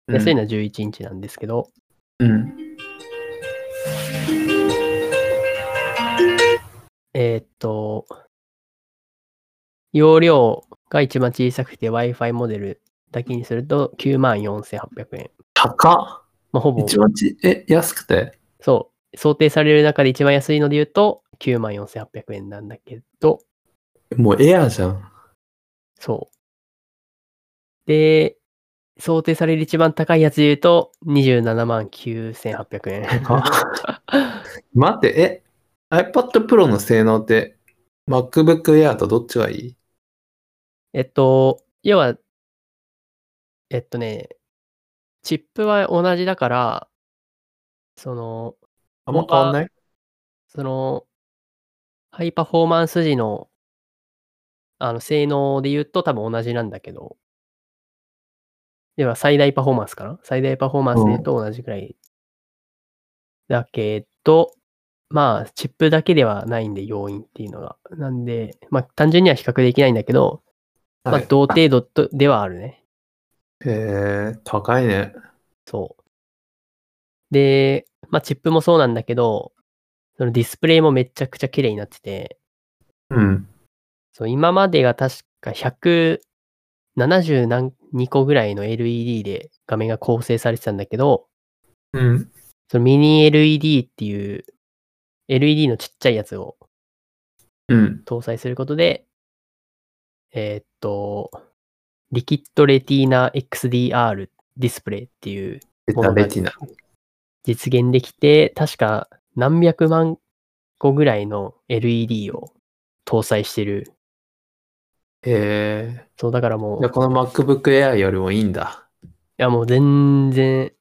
S1: 安いのは11インチなんですけど、
S2: うん。
S1: えーっと、容量が一番小さくて Wi-Fi モデルだけにすると94,800円。
S2: 高っ
S1: まあ、ほぼ、
S2: 一番ち、え、安くて
S1: そう、想定される中で一番安いので言うと94,800円なんだけど、
S2: もう Air じゃん。
S1: そう。で、想定される一番高いやつで言うと27万9,800円。
S2: 待って、え、iPad Pro の性能って、MacBook Air とどっちがいい
S1: えっと、要は、えっとね、チップは同じだから、その、
S2: あんま変わんない
S1: その、ハイパフォーマンス時の、あの、性能で言うと多分同じなんだけど、では最大パフォーマンスかな最大パフォーマンスで言うと同じくらい。だけど、まあ、チップだけではないんで、要因っていうのが。なんで、まあ、単純には比較できないんだけど、まあ、
S2: はい
S1: 同程度とではあるね。
S2: えー、高いね。
S1: そう。で、まあ、チップもそうなんだけど、そのディスプレイもめちゃくちゃ綺麗になってて、
S2: うん。
S1: そう、今までが確か170何2個ぐらいの LED で画面が構成されてたんだけど、
S2: うん。
S1: そのミニ LED っていう LED のちっちゃいやつを
S2: うん。
S1: 搭載することで、えーっと、リキッドレティーナ XDR ディスプレイっていう
S2: ベ
S1: も
S2: タ
S1: のが
S2: ベティな。
S1: 実現できて、確か何百万個ぐらいの LED を搭載してる。
S2: え
S1: そう、だからも
S2: ー、
S1: う
S2: じゃあ。この MacBook Air よりもいいんだ。
S1: いや、もう全然。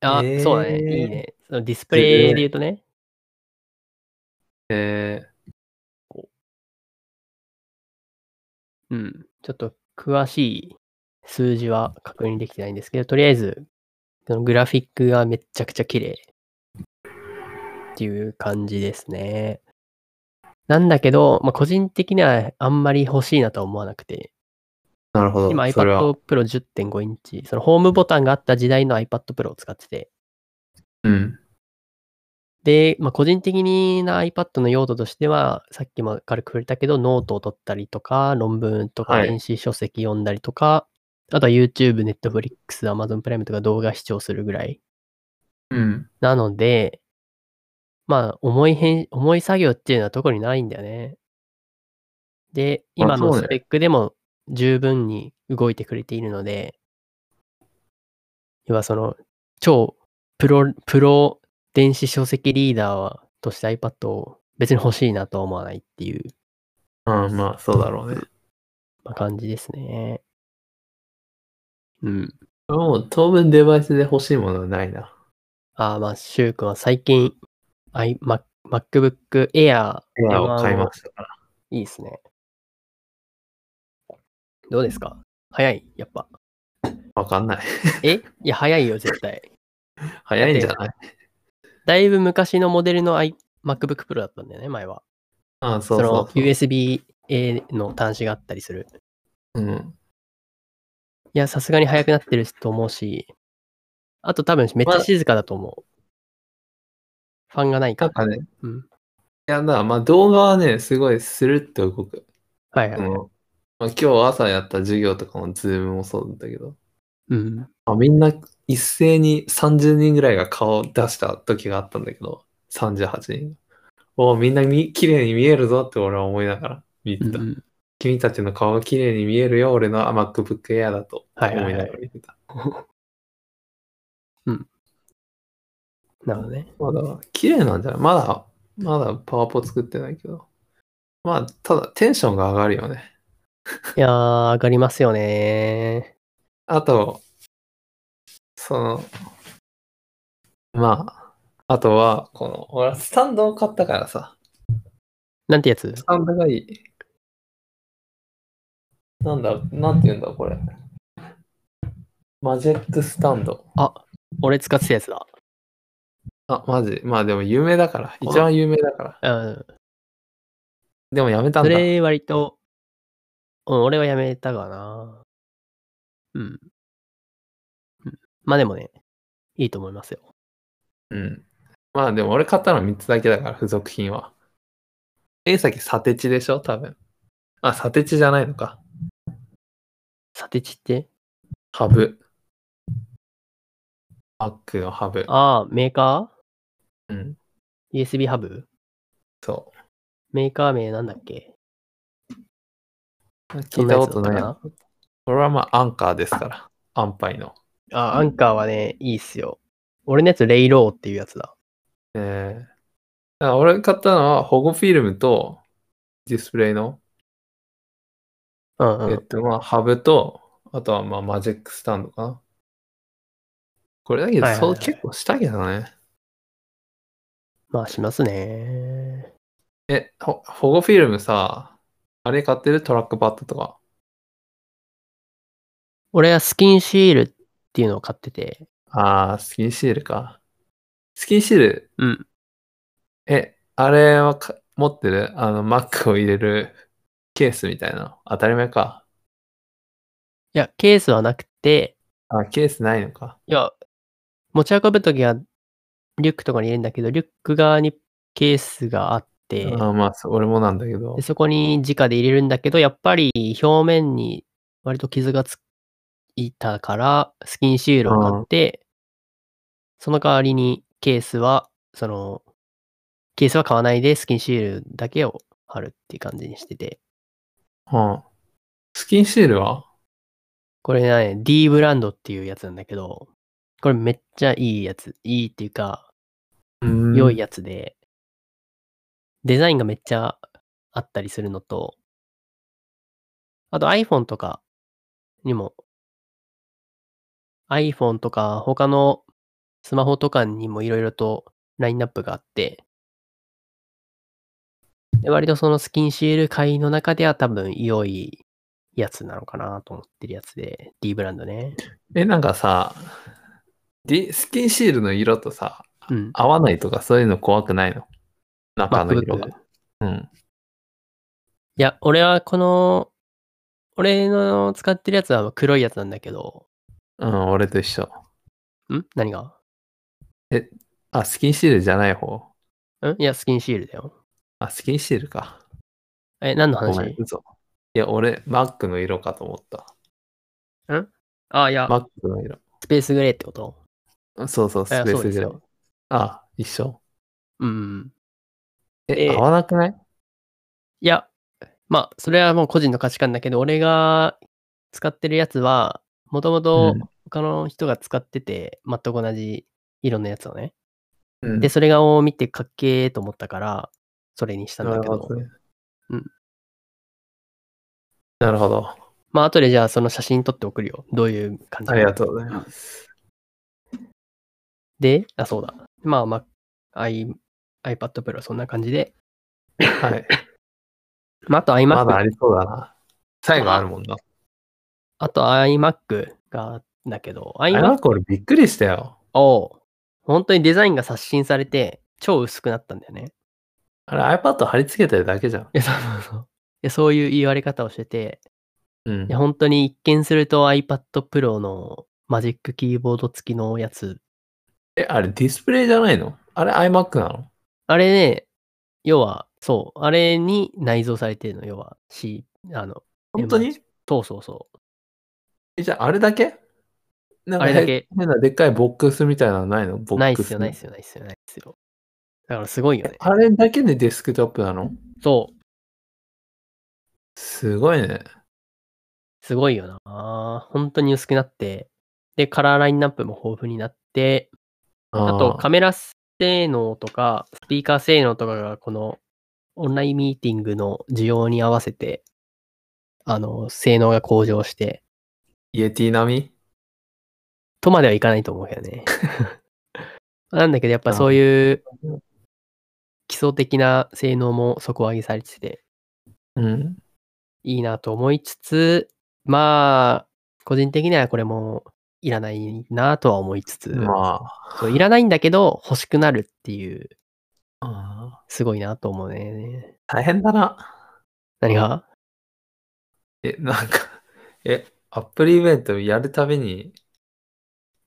S1: あ、
S2: えー
S1: そうだね。いいね。そのディスプレイで言うとね。
S2: え
S1: うん。ちょっと詳しい数字は確認できてないんですけど、とりあえず、そのグラフィックがめちゃくちゃ綺麗っていう感じですね。なんだけど、まあ、個人的にはあんまり欲しいなとは思わなくて、
S2: ー、なるほど。
S1: 今
S2: それは
S1: iPad Pro 10.5インチ、そのホームボタンがあった時代の iPad Pro を使ってて、
S2: うん。
S1: で、まあ、個人的な iPad の用途としては、さっきも軽く触れたけど、ノートを取ったりとか、論文とか、
S2: はい
S1: 電子書籍読んだりとか、あとは YouTube、Netflix、Amazon プライムとか動画視聴するぐらい。
S2: うん。
S1: なので、まあ、重い変、重い作業っていうのは特にないんだよね。で、
S2: ま
S1: 今
S2: あ
S1: の
S2: そうね
S1: スペックでも十分に動いてくれているので、要はその、超プロ、プロ電子書籍リーダーはとして iPad を別に欲しいなとは思わないっていう
S2: あーまあ、そうだろうね。
S1: まあ感じですね。うん。
S2: もう当分デバイスで欲しいものはないな。
S1: ああ、まあ、シュウ君は最近、i、Mac、MacBook Air
S2: Air を
S1: M1
S2: 買いましたから。
S1: いいですね。どうですか早いやっぱ。
S2: わかんない。
S1: えいや、早いよ、絶対。
S2: 早いんじゃない
S1: だいぶ昔のモデルの i MacBook Pro だったんだよね、前は。
S2: あーそうそうそう。
S1: の USB-A の端子があったりする。
S2: うん。
S1: いや、さすがに早くなってると思うし、あと多分めっちゃ静かだと思う。ファンがないか
S2: なん
S1: ら。
S2: かね、
S1: うん。
S2: いやだ、まあ動画はね、すごいスルッと動く。
S1: はいは
S2: あ
S1: い。
S2: のまあ、今日朝やった授業とかもズームもそうだったけど、
S1: うん。
S2: まあ、みんな一斉に30人ぐらいが顔を出した時があったんだけど、38人。おお、みんなみ綺麗に見えるぞって俺は思いながら見て
S1: うん
S2: た。
S1: うん
S2: 君たちの顔が綺麗に見えるよ、俺の MacBook Air だと思
S1: はいはいはい
S2: いながら見てた。
S1: なるほどね。
S2: まだ綺麗なんじゃないまだ、まだパワポ作ってないけど。まあ、ただテンションが上がるよね。
S1: いやー、上がりますよね
S2: あと、その、まあ、あとは、この、俺はスタンドを買ったからさ、
S1: なんてやつ
S2: スタンドがいい。なんだ、なんて言うんだ、これ。マジェックスタンド。
S1: 俺使ってたやつだ。
S2: あ、マジ。まあでも有名だから。一番有名だから。
S1: うん。
S2: でもやめたん
S1: そ
S2: だ。
S1: れ割と、うん、俺はやめたかな。うん。うんまあでもね、いいと思いますよ。
S2: うん。まあでも俺買ったの3つだけだから、付属品は。え、さっきサテチでしょ多分。あ、サテチじゃないのか。
S1: サテチって
S2: ハブ。バッグのハブ。
S1: ああ、メーカ
S2: うん。
S1: ー ?USB ハブ
S2: そ
S1: メーカー名なんだっけ
S2: う。
S1: そ
S2: 聞
S1: ん
S2: い
S1: な
S2: た
S1: や
S2: こ
S1: つだ
S2: と
S1: ったか
S2: な
S1: な
S2: いな。これはまあアンカーですから。アンパイの。
S1: あ、アンカーはね、いいっすよ。俺のやつ、レイローっていうやつだ。
S2: ええだから俺買ったのは保護フィルムとディスプレイの、
S1: うんう
S2: えっ
S1: ん。
S2: とまあハブと、あとはまあマジックスタンドかな。これだけど、
S1: はいはいはい
S2: そう結構したけどね。
S1: まあ、しますね。
S2: え、ほ保護フィルムさ、あれ買ってるトラックパッドとか。
S1: 俺はスキンシールっていうのを買ってて、
S2: あー、スキンシールか。スキンシール、
S1: うん。
S2: え、あれはか持ってるあの、マックを入れるケースみたいなの。当たり前か。
S1: いや、ケースはなくて、
S2: あ、ケースないのか。
S1: いや、持ち運ぶときは、リュックとかに入れるんだけど、リュック側にケースがあって、
S2: あーまあ、そう俺もなんだけど
S1: で。そこに直で入れるんだけど、やっぱり表面に割と傷がついたから、スキンシールを買って、その代わりにケースは、その、ケースは買わないでスキンシールだけを貼るっていう感じにしてて。
S2: うん。スキンシールは
S1: これね、D ブランドっていうやつなんだけど、これめっちゃいいやつ。いいっていうか、良い
S2: や。
S1: やつで、デザインがめっちゃあったりするのと、あと iPhone とかにも、iPhone とか他のスマホとかにもいろいろとラインナップがあって、で割とそのスキンシール界の中では多分良いやつなのかなと思ってるやつで、D ブランドね。
S2: え、なんかさ、D、スキンシールの色とさ、
S1: うん。
S2: 合わないとかそういうの怖くないの中の色
S1: MacBook
S2: が。うん。
S1: いや、俺はこの、俺の使ってるやつは黒いやつなんだけど、
S2: うん、俺と一緒。
S1: ん何が
S2: あ、スキンシールじゃない方。
S1: んいや、スキンシールだよ。
S2: あ、スキンシールか。
S1: え、何の
S2: ご
S1: 話
S2: めん、嘘。いや、俺、マックの色かと思った。
S1: あ、いや、
S2: マックの色。
S1: スペースグレーってこと
S2: そうそう、スペ
S1: え
S2: ー
S1: そう
S2: ス
S1: です
S2: グレー
S1: よ。
S2: あ、一緒。
S1: うん。
S2: え、
S1: え
S2: 合わなくない
S1: いや、まあ、それはもう個人の価値観だけど、俺が使ってるやつは、もともと
S2: うん
S1: 他の人が使ってて、全く同じ色のやつをね。
S2: うん
S1: で、それを見てかっけーと思ったから、それにしたんだけ
S2: なる
S1: ど
S2: ほ。ね
S1: うん
S2: なるほど。
S1: まあ、後でじゃあその写真撮って送るよ。どういう感じ
S2: あ
S1: か
S2: りがとうござ います。
S1: で、あ、そうだ。まあ、まあ、I、iPad Pro はそんな感じで。
S2: はい。
S1: まあ、あと
S2: ま
S1: iMac、
S2: だありそうだな。最後あるもんな。
S1: あと iMac が、だけど、
S2: あれ
S1: iMac
S2: なんか俺びっくりしたよ。
S1: を、本当にデザインが刷新されて、超薄くなったんだよね。
S2: あれ iPad 貼り付けてるだけじゃん。
S1: いや、そうそうそう。いや、そういう言われ方をしてて、
S2: うん
S1: いや、。本当に一見すると iPad Pro のマジックキーボード付きのやつ。
S2: え、あれディスプレイじゃないのあれ iMac なの
S1: あれね、要は、そう、あれに内蔵されてるの、要は、C、あの、
S2: 本当
S1: え
S2: に
S1: そうそうそ
S2: え、じゃああれだけなんか
S1: あれだけ
S2: 変なでっかいボックスみたいなのないの
S1: う。
S2: ボ
S1: ない
S2: ッ
S1: っ
S2: ク
S1: す
S2: ス
S1: よ、
S2: み
S1: ないっすよ、ないっすよ、ないっすよ。だからすごいよね
S2: え。あれだけでデスクトップなの
S1: そう、
S2: すごいね。
S1: すごいよな。本当に薄くなって、で、カラーラインナップも豊富になって、
S2: あ
S1: あとカ
S2: ー
S1: メラ性能とか、スピーカー性能とかが、このオンラインミーティングの需要に合わせて、あの、性能が向上して、
S2: イエティ並み
S1: とまではいかないと思うけど ね。なんだけど、やっぱそういう
S2: うん
S1: 基礎的な性能も底上げされてて、
S2: うん。
S1: いいなと思いつつ、まあ、個人的にはこれもいらないなとは思いつつ、
S2: ま
S1: そういらないんだけど欲しくなるっていう、
S2: あ、
S1: すごいなと思うね。
S2: 大変だな。
S1: 何が
S2: え、なんか、え、アップルイベントやるたびに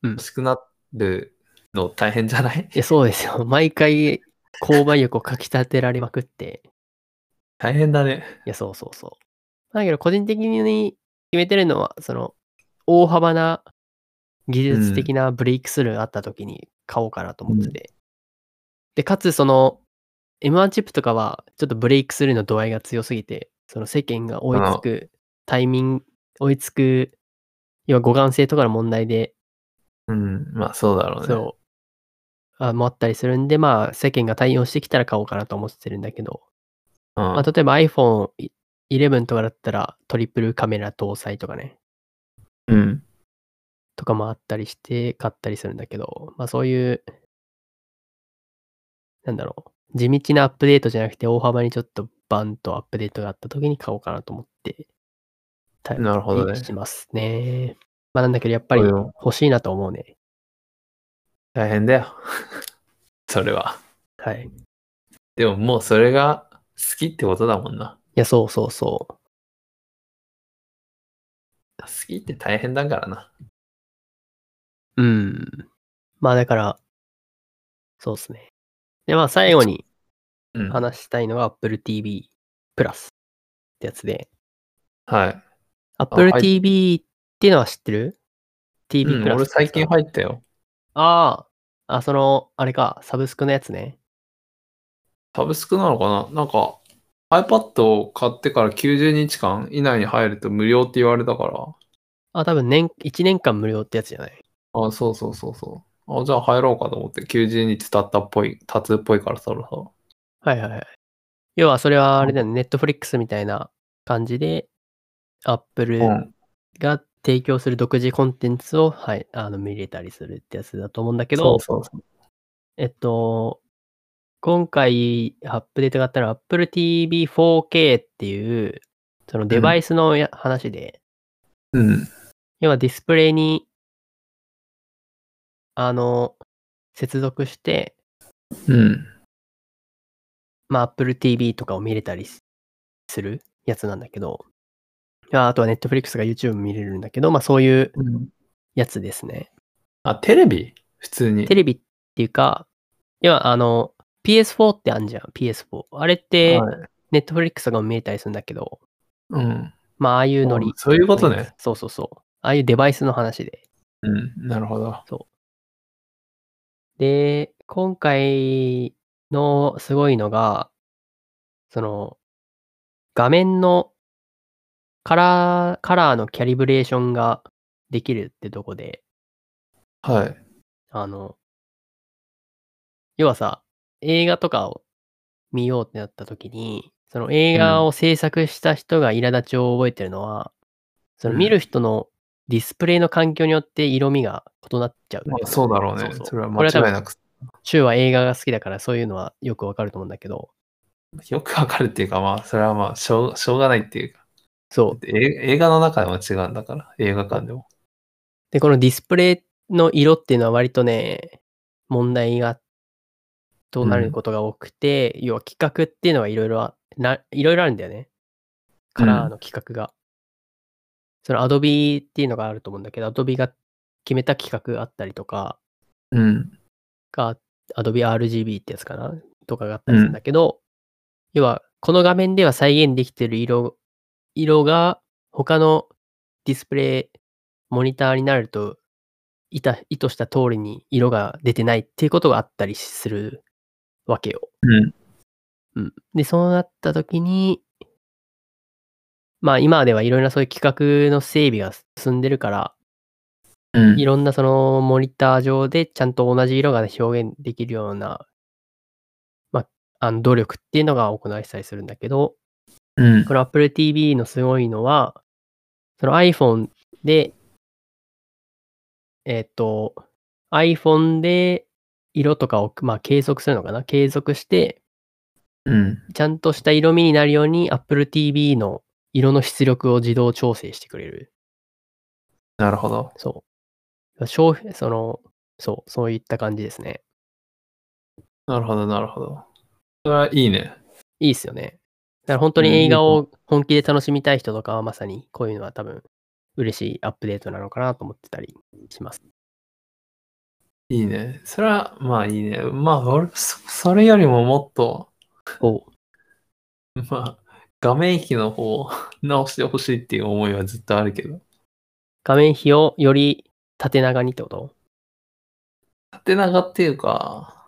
S1: うん
S2: 欲しくなるの大変じゃない、
S1: いや、そうですよ。毎回、購買欲をかき立てられまくって。
S2: 大変だね。
S1: いや、そうそうそう。だけど、個人的に決めてるのは、その、大幅な技術的なブレイクスルーがあった時に買おうかなと思ってて。で、かつ、その、M1 チップとかは、ちょっとブレイクスルーの度合いが強すぎて、その世間が追いつくタイミング、追いつく、要は互換性とかの問題で、
S2: うん、まあそうだろうね。
S1: そう。あもあったりするんで、まあ、世間が対応してきたら買おうかなと思ってるんだけど、
S2: うん。
S1: まあ、例えば iPhone11 とかだったらトリプルカメラ搭載とかね、
S2: うん。
S1: とかもあったりして買ったりするんだけど、まあそういう、なんだろう、地道なアップデートじゃなくて大幅にちょっとバンとアップデートがあった時に買おうかなと思って、頼
S2: なるほどね
S1: しますね。まあなんだけどやっぱり
S2: そうよ
S1: 欲しいなと思うね。
S2: 大変だよ。 それは。
S1: はい。い
S2: でももうそれが好きってことだもんな。
S1: や、そうそうそう。
S2: 好きって大変だからな。
S1: うん。まあだから、そうですね。で、まあ最後に
S2: うん。はい。
S1: 話したいのが Apple TV プラスってやつで、
S2: は
S1: Apple
S2: い
S1: TV っていうのは知ってる ?TV
S2: うん
S1: プラス、
S2: 俺最近入ったよ。
S1: ああ、あ、その、あれか、サブスクのやつね。
S2: サブスクなのかななんか iPad を買ってから90日間以内に入ると無料って言われたか
S1: あ、多分年、1年間無料ってやつじゃない。
S2: ら。あ、そうそうそうそう。あ、じゃあ入ろうかと思って90日経ったっぽい、経つっぽいからそろそろ。
S1: はいはいはい。要はそれはあれだよね、Netflix みたいな感じで、Apple
S2: うん。
S1: が提供する独自コンテンツを、はい、あの見れたりするってやつだと思うんだけど、
S2: そうそうそう。
S1: えっと、今回アップデートがあったのは Apple TV 4K っていう、そのデバイスのや、話で、
S2: うん。
S1: 要はディスプレイに、あの、接続して、
S2: うん。
S1: まあ、Apple TV とかを見れたりしするやつなんだけど、ああとは Netflix が YouTube も見れるんだけど、まあそういう
S2: うん、
S1: やつですね。
S2: あ、テレビ普通に。
S1: テレビっていうか、要はあの、PS4 ってあんじゃん、PS4。あれって
S2: はい
S1: Netflix とかも見えたりするんだけど、
S2: うん。
S1: まあ、ああいうノリ。
S2: そういうことね。
S1: そうそうそう。ああいうデバイスの話で。
S2: うん。なるほど。
S1: で、今回のすごいのが、その、画面のカラー、カラーのキャリブレーションができるってとこで、
S2: はい。
S1: あの、要はさ、映画とかを見ようってなった時に、その映画を制作した人が苛立ちを覚えてるのは、その見る人のディスプレイの環境によって色味が異なっちゃうってい
S2: ま
S1: う。
S2: あ、そうだろうね。そ
S1: そうそう
S2: れは
S1: こ
S2: 間
S1: れは多
S2: 違い
S1: 分、
S2: なく。
S1: 中は映画が好きだからそういうのはよくわかると思うんだけど、
S2: よくわかるっていうか、まあ、それはまあしょう、しょうがないっていうか。
S1: そう。
S2: え映画の中でも違うんだから、映画館でも。
S1: で、このディスプレイの色っていうのは割とね、問題が、となることが多くて、要は企画っていうのがいろいろあ、ないろいろあるんだよね。カラーの企画が。その Adobe っていうのがあると思うんだけど、Adobe が決めた企画があったりとか、
S2: うん。
S1: が Adobe RGB ってやつかなとかがあったりするんだけど、要はこの画面では再現できてる色、色が他のディスプレイ、モニターになると意図意図した通りに色が出てないっていうことがあったりするわけよ。
S2: うん。
S1: うん。で、そうなった時に、まあ今ではいろいろなそういう企画の整備が進んでるから、
S2: うん
S1: いろんなそのモニター上でちゃんと同じ色が表現できるような、まあ、あの努力っていうのが行われてたりするんだけど、
S2: うん
S1: この Apple TV のすごいのは、その iPhone で、えっ、と、iPhone で色とかを、まあ、継続するのかな継続して、
S2: うん。
S1: ちゃんとした色味になるように Apple TV の色の出力を自動調整してくれる。
S2: なるほど。
S1: そう。消費、その、そう、そういった感じですね。
S2: なるほど、なるほど。それはいいね。
S1: いいっすよね。だから本当に映画を本気で楽しみたい人とかはまさにこういうのは多分嬉しいアップデートなのかなと思ってたりします。
S2: いいね。それは、まあいいね。まあ、俺、そそれよりももっと、
S1: おう
S2: まあ、画面比の方を 直してほしいっていう思いはずっとあるけど。
S1: 画面比をより縦長にってこと
S2: 縦長っていうか、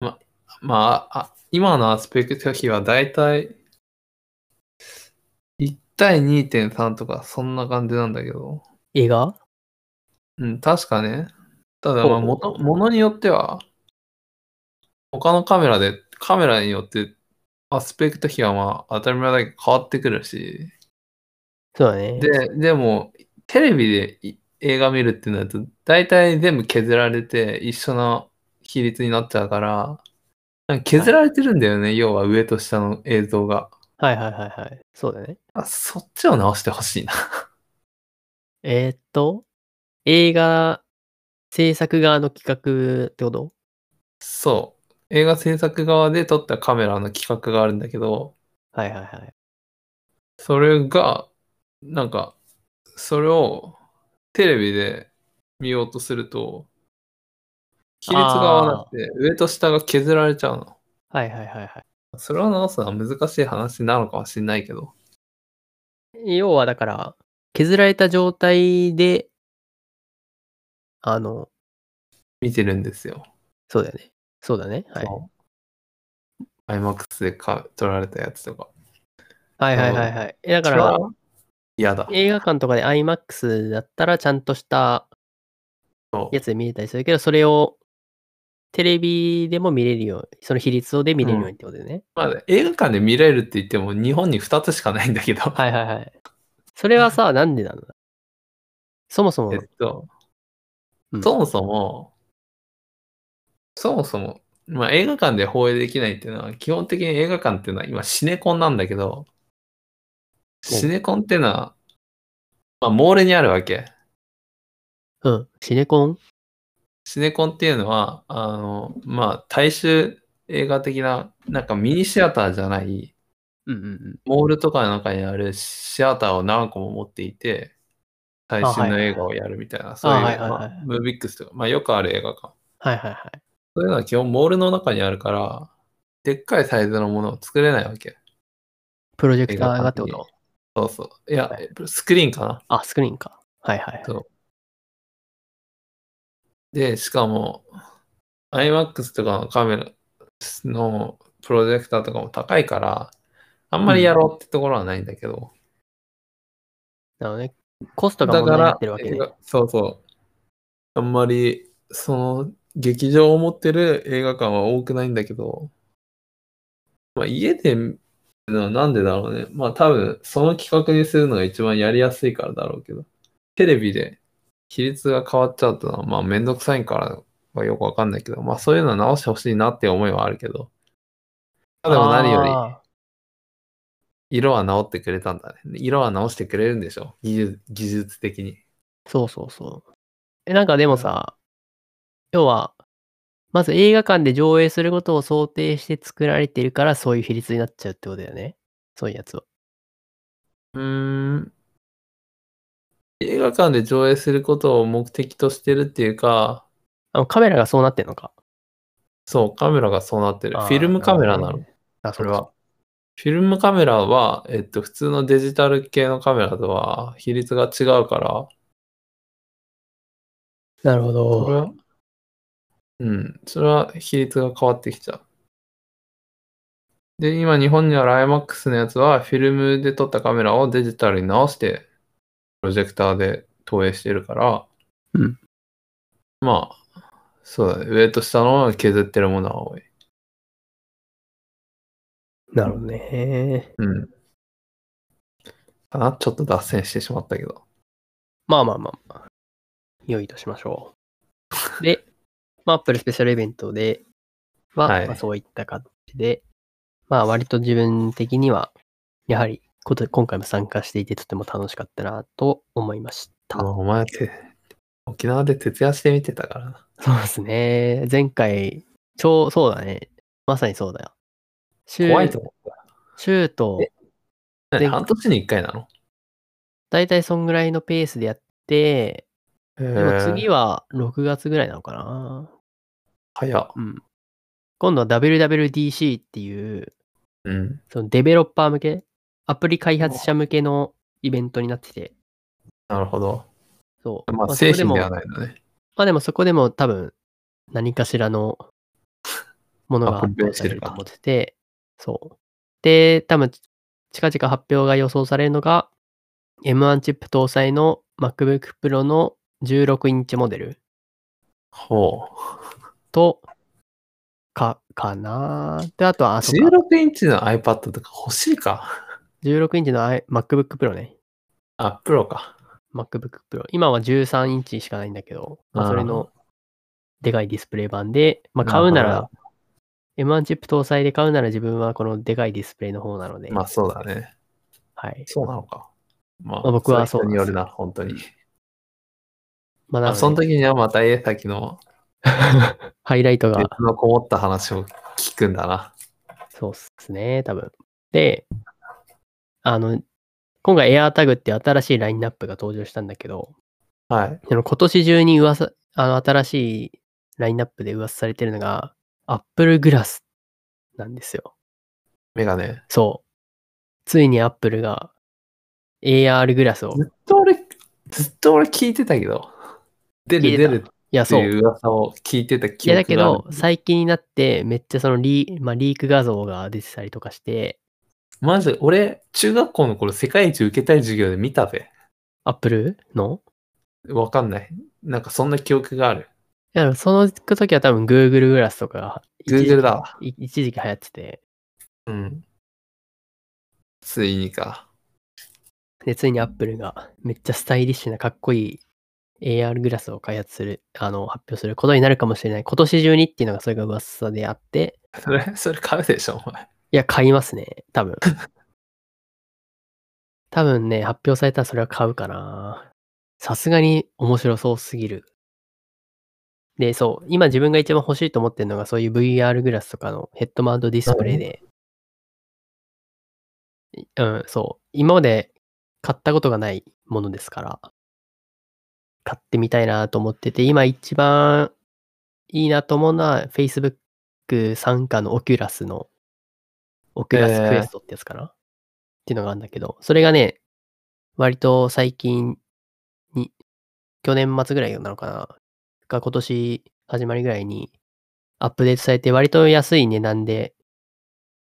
S2: ま、まあ、あ今のアスペクト比はだいたい1対2.3とかそんな感じなんだけど。
S1: 映画
S2: うん、確かね。ただ、ま
S1: ほ
S2: あ、も
S1: うほう
S2: のものによっては、他のカメラで、カメラによって、アスペクト比はまあ、当たり前だけど変わってくるし、
S1: そうだね。
S2: で、でも、テレビでい映画見るってなると、大体全部削られて、一緒の比率になっちゃうから、なんか削られてるんだよね、要は上と下の映像が。
S1: はいはいはいはい。そうだね。
S2: あそっちを直してほしいな。
S1: えーっと、映画制作側の企画ってこと
S2: そう。映画制作側で撮ったカメラの企画があるんだけど、
S1: はいはいはい。
S2: それが、なんか、それをテレビで見ようとすると、比率が合わなくて、上と下が削られちゃうの。
S1: はいはいはいは
S2: それを直すのは難しい話なのかもしれないけど。
S1: い。要はだから、削られた状態で、あの、
S2: 見てるんですよ。
S1: そうだよね。そうだね。はい。
S2: そう。IMAX でか撮られたやつとか。
S1: はいはいはいはい。えだから、
S2: 嫌だ。
S1: 映画館とかで IMAX だったらちゃんとした
S2: そう
S1: やつで見れたりするけど、それをテレビでも見れるように、その比率をで見れるようにってことだよね。
S2: まあ、映画館で見れるって言っても、日本に2つしかないんだけど。
S1: はいはいはい。それはさ、なんでなのそもそも
S2: えっ、と、
S1: うん
S2: そもそも、そもそも、まあ映画館で放映できないっていうのは、基本的に映画館っていうのは今シネコンなんだけど、シネコンっていうのは、まあ、モールにあるわけ。
S1: うん、シネコン
S2: シネコンっていうのは、あの、まあ、大衆映画的な、なんかミニシアターじゃない、
S1: うんうんうん。
S2: モールとかの中にあるシアターを何個も持っていて、最新の映画をやるみたいな、そういう、
S1: あはいはいはい
S2: まあムービックスとか、まあ、よくある映画館。
S1: はいはいはい。
S2: そういうのは基本モールの中にあるから、でっかいサイズのものを作れないわけ。
S1: プロジェクターがってこ
S2: 映画
S1: と
S2: そうそう。いや
S1: は、
S2: スクリーンかな。
S1: あ、スクリーンか。はいはいはい。
S2: そうで、しかも、iMAX とかのカメラのプロジェクターとかも高いから、あんまりやろうってところはないんだけど。
S1: なのね、コストが
S2: だ
S1: 問題
S2: か
S1: にな
S2: ら
S1: ってるわけ
S2: 映
S1: で。
S2: 画そうそう。あんまり、その、劇場を持ってる映画館は多くないんだけど、まあ、家で見るのはなんでだろうね。まあ、多分、その企画にするのが一番やりやすいからだろうけど、テレビで比率が変わっちゃうとのは、まあ、めんどくさいからはよくわかんないけど、まあ、そういうのは直してほしいなって思いはあるけど、でも何より、
S1: あ
S2: 色は直ってくれたんだね。色は直してくれるんでしょ技術技術的に。
S1: ーそうそうそう。え、なんかでもさ、要は、まず映画館で上映することを想定して作られてるから、そういう比率になっちゃうってことだよね。そういうやつは。
S2: うーん。映画館で上映することを目的としてるっていうか、
S1: あのカメラがそうなってんのか。
S2: そう、カメラがそうなってる。
S1: あー
S2: フィルムカメラな
S1: るほど
S2: の
S1: ね、あ、
S2: そ
S1: そ
S2: れ
S1: れ
S2: は
S1: は。。
S2: フィルムカメラは、えっと、普通のデジタル系のカメラとは比率が違うから、
S1: なるほ
S2: それ
S1: ど。
S2: は、うん、それは比率が変わってきちゃう。で、今日本にある IMAX のやつは、フィルムで撮ったカメラをデジタルに直して、プロジェクターで投影してるから、
S1: うん
S2: まあ、そうだね。上と下の削ってるものは多い。
S1: なるほどね。
S2: うん。かなちょっと脱線してしまったけど。
S1: まあまあまあまあ。良いとしましょう。で、まあ、アップルスペシャルイベントでは、
S2: はい
S1: まあ、そういった形で、まあ、割と自分的にはやはりこと今回も参加していてとても楽しかったなと思いました。
S2: もうお前って、沖縄で徹夜して見てたからな。
S1: そうですね。前回、ちょう、そうだね。まさにそうだよ。週
S2: 怖いと思った。
S1: 週と、
S2: え何
S1: 前
S2: 半年に一回なの
S1: だいたいそんぐらいのペースでやって、でも次
S2: は。
S1: は6月ぐらいなのかな。
S2: 早っ。
S1: うん。今度は WWDC っていう、
S2: うん。
S1: そのデベロッパー向け、アプリ開発者向けのイベントになってて、
S2: なるほど。
S1: そう。
S2: まあ、
S1: そ
S2: 製
S1: こで
S2: 品
S1: も
S2: ではないのね。
S1: まあでもそこでも多分何かしらのものが発表されると思ってて、そう。で、多分近々発表が予想されるのが M1 チップ搭載の MacBook Pro の16インチモデル
S2: ほ
S1: と、か、かなで、あとは、
S2: う。
S1: あそうか
S2: 16インチの iPad とか欲しいか。
S1: 16インチの i- MacBook Pro ね。
S2: あ、プロか。
S1: MacBook Pro。今は13インチしかないんだけど、まあ
S2: あー
S1: それのでかいディスプレイ版で、まあ、買うな
S2: なる
S1: ら、M1 チップ搭載で買うなら自分はこのでかいディスプレイの方なので、
S2: まあ、そうだね。
S1: はい。
S2: そうなのか。ま
S1: まあ僕はそうな
S2: れ
S1: ん
S2: に
S1: です
S2: よるな、本当に。
S1: まあ、な
S2: まあ、その
S1: ので、
S2: 時にはまた、えさきの
S1: ハイライトが、
S2: 熱のこもった話を聞くんだな。
S1: そうっすね、多分。で、あの、今回 AirTag っていう新しいラインナップが登場したんだけど、
S2: はい。
S1: その今年中に噂、あの、新しいラインナップで噂されてるのが、Apple Glass なんですよ。
S2: メガネ。
S1: そう。ついに Apple が AR グラスを、
S2: ずっと俺、ずっと俺聞いてたけど。出
S1: 聞いて
S2: る出
S1: た
S2: る
S1: いや、
S2: って
S1: そう。
S2: い
S1: いう
S2: 噂を聞いてた記
S1: や、
S2: 憶が
S1: だけ
S2: ある
S1: ど、最近になって、めっちゃそのリ,、まあ、リーク画像が出てたりとかして、
S2: マジで俺、中学校の頃、世界一受けたい授業で見たぜ。
S1: Apple の
S2: わかんない。なんかそんな記憶がある。
S1: いや、その時は多分 Google グラスとかが一時期
S2: Google だわ。
S1: い一時期流行ってて、
S2: うん。ついにか。
S1: で、ついに Apple がめっちゃスタイリッシュなかっこいい AR グラスを開発する、あの、発表することになるかもしれない。今年中にっていうのがそれが噂であって、
S2: それ、それ買うでしょ、お前。
S1: いや、買いますね。多分。多分ね、発表されたらそれは買うかな。さすがに面白そうすぎる。で、そう、今自分が一番欲しいと思ってるのが、そういう VR グラスとかのヘッドマウントディスプレイで。いうん、そう。今まで買ったことがないものですから、買ってみたいなと思ってて、今一番いいなと思うのは、Facebook 参加のオキュラスの、オキュラスクエストってやつかな、っていうのがあるんだけど、それがね、割と最近に、去年末ぐらいなのかなか今年始まりぐらいにアップデートされて割と安い値段で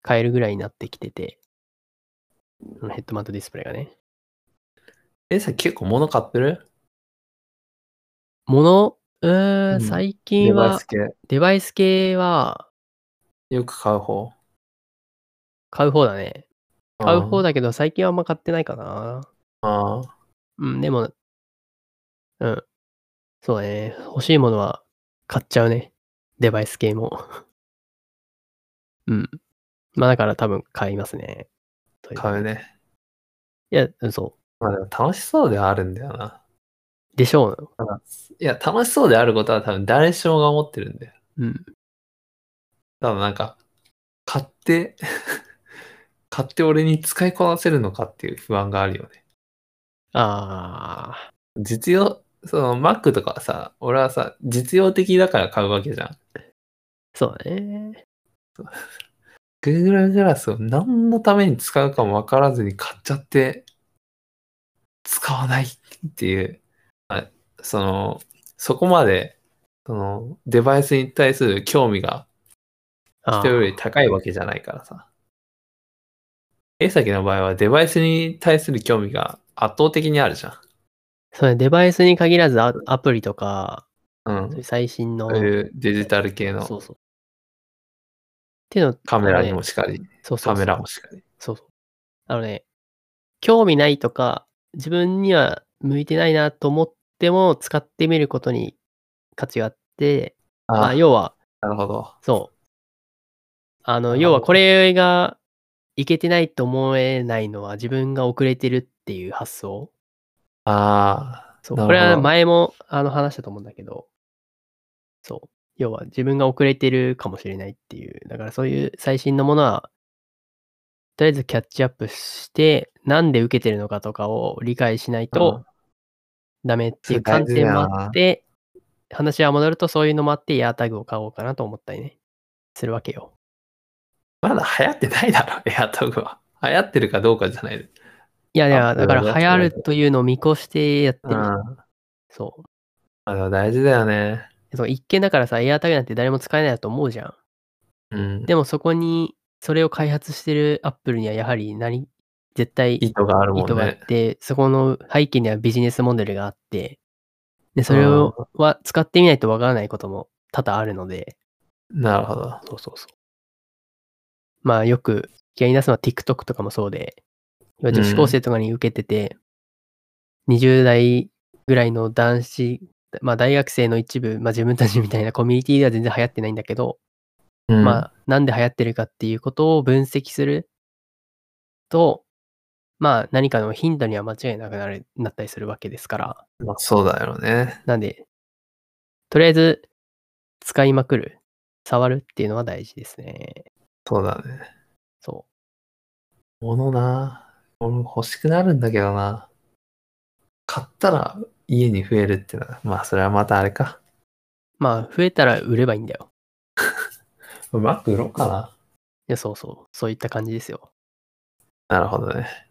S1: 買えるぐらいになってきてて、そのヘッドマウントディスプレイがね。
S2: え、さ、結構物買ってる
S1: もの、うー、
S2: うんん
S1: 最
S2: デ
S1: 近
S2: バイ
S1: は
S2: ス、系。
S1: デバイス系は
S2: よく買う方。
S1: 買う方だね。買う方
S2: だ。
S1: だけど最近はあんま買ってないかな。
S2: あー
S1: うん、でも、うん。そうだね。欲しいものは買っちゃうね。デバイス系も。 うん。まあだから多分買いますね。という
S2: 買うね。
S1: いや、うんそ
S2: まあでも楽しそうではあるんだよな。
S1: う。でしょう。
S2: いや、楽しそうであることは多分誰しもが思ってるんだよ。
S1: うん。
S2: ただなんか、買って、 買って俺に使いこなせるのかっていう不安があるよね。
S1: ああ、
S2: 実用、その Mac とかはさ、俺はさ、実用的だから買うわけじゃん。
S1: そうだね。
S2: Google グラスを何のために使うかもわからずに買っちゃって、使わないっていう、あその、そこまで、その、デバイスに対する興味が
S1: あ
S2: 人よ
S1: ー
S2: り高いわけじゃないからさ。A 先の場合はデバイスに対する興味が圧倒的にあるじゃん。
S1: そうね。デバイスに限らずアアプリとか、
S2: うん。
S1: そうい
S2: こ
S1: う最新の、
S2: ういうデジタル系
S1: そう
S2: の
S1: そう。っていうの
S2: カメラに
S1: あの
S2: も
S1: ね
S2: しかり、
S1: そうそうそ
S2: カ
S1: う
S2: メラもしかり。
S1: そうそう。あのね、興味ないとか、自分には向いてないなと思っても、使ってみることに価値があって、ま
S2: あ
S1: あ、要は、
S2: なるほど。
S1: そう。あの、
S2: なるほど
S1: 要はこれがいけてないと思えないのは自分が遅れてるっていう発想。
S2: ああ、
S1: そう
S2: な
S1: こ
S2: るほ
S1: れ
S2: ど
S1: は前もあの話したと思うんだけど、そう。要は自分が遅れてるかもしれないっていう。だからそういう最新のものは、とりあえずキャッチアップして、なんで受けてるのかとかを理解しないとダメっていう観点もあって、話は戻るとそういうのもあって、エアタグを買おうかなと思ったりね、するわけよ。
S2: まだ流行ってないだろ、エ アタグは。流行ってるかどうかじゃない。
S1: いやい
S2: あ
S1: や、だから
S2: そうだ
S1: 流行るというのを見越してやって
S2: うん。
S1: る。
S2: ま
S1: そう。
S2: あでも大事だよね。
S1: そう一見だからさ、エアタグなんて誰も使えないだと思うじゃん。
S2: うん。
S1: でもそこに、それを開発してるアップルにはやはり何、絶対
S2: 意
S1: 意
S2: 図があるも
S1: 図
S2: ん
S1: があっ
S2: ね。
S1: て、そこの背景にはビジネスモデルがあって、で、それをは使ってみないとわからないことも多々あるので、
S2: なるほど。
S1: そうそうそう。まあよく気に出すのは TikTok とかもそうで、要は女子高生とかに受けてて、20代ぐらいの男子、まあ大学生の一部、まあ自分たちみたいなコミュニティでは全然流行ってないんだけど、
S2: うん、
S1: まあなんで流行ってるかっていうことを分析すると、まあ何かのヒントには間違いなくなるなったりするわけですから、
S2: まあ、そうだよね。
S1: なんで、とりあえず使いまくる、触るっていうのは大事ですね。
S2: そうだね。
S1: そう。
S2: 物な。俺も欲しくなるんだけどな。買ったら家に増えるってのは、まあそれはまたあれか。
S1: まあ、増えたら売ればいいんだよ。
S2: うまく売ろうかな。
S1: いや、そうそう。そういった感じですよ。
S2: なるほどね。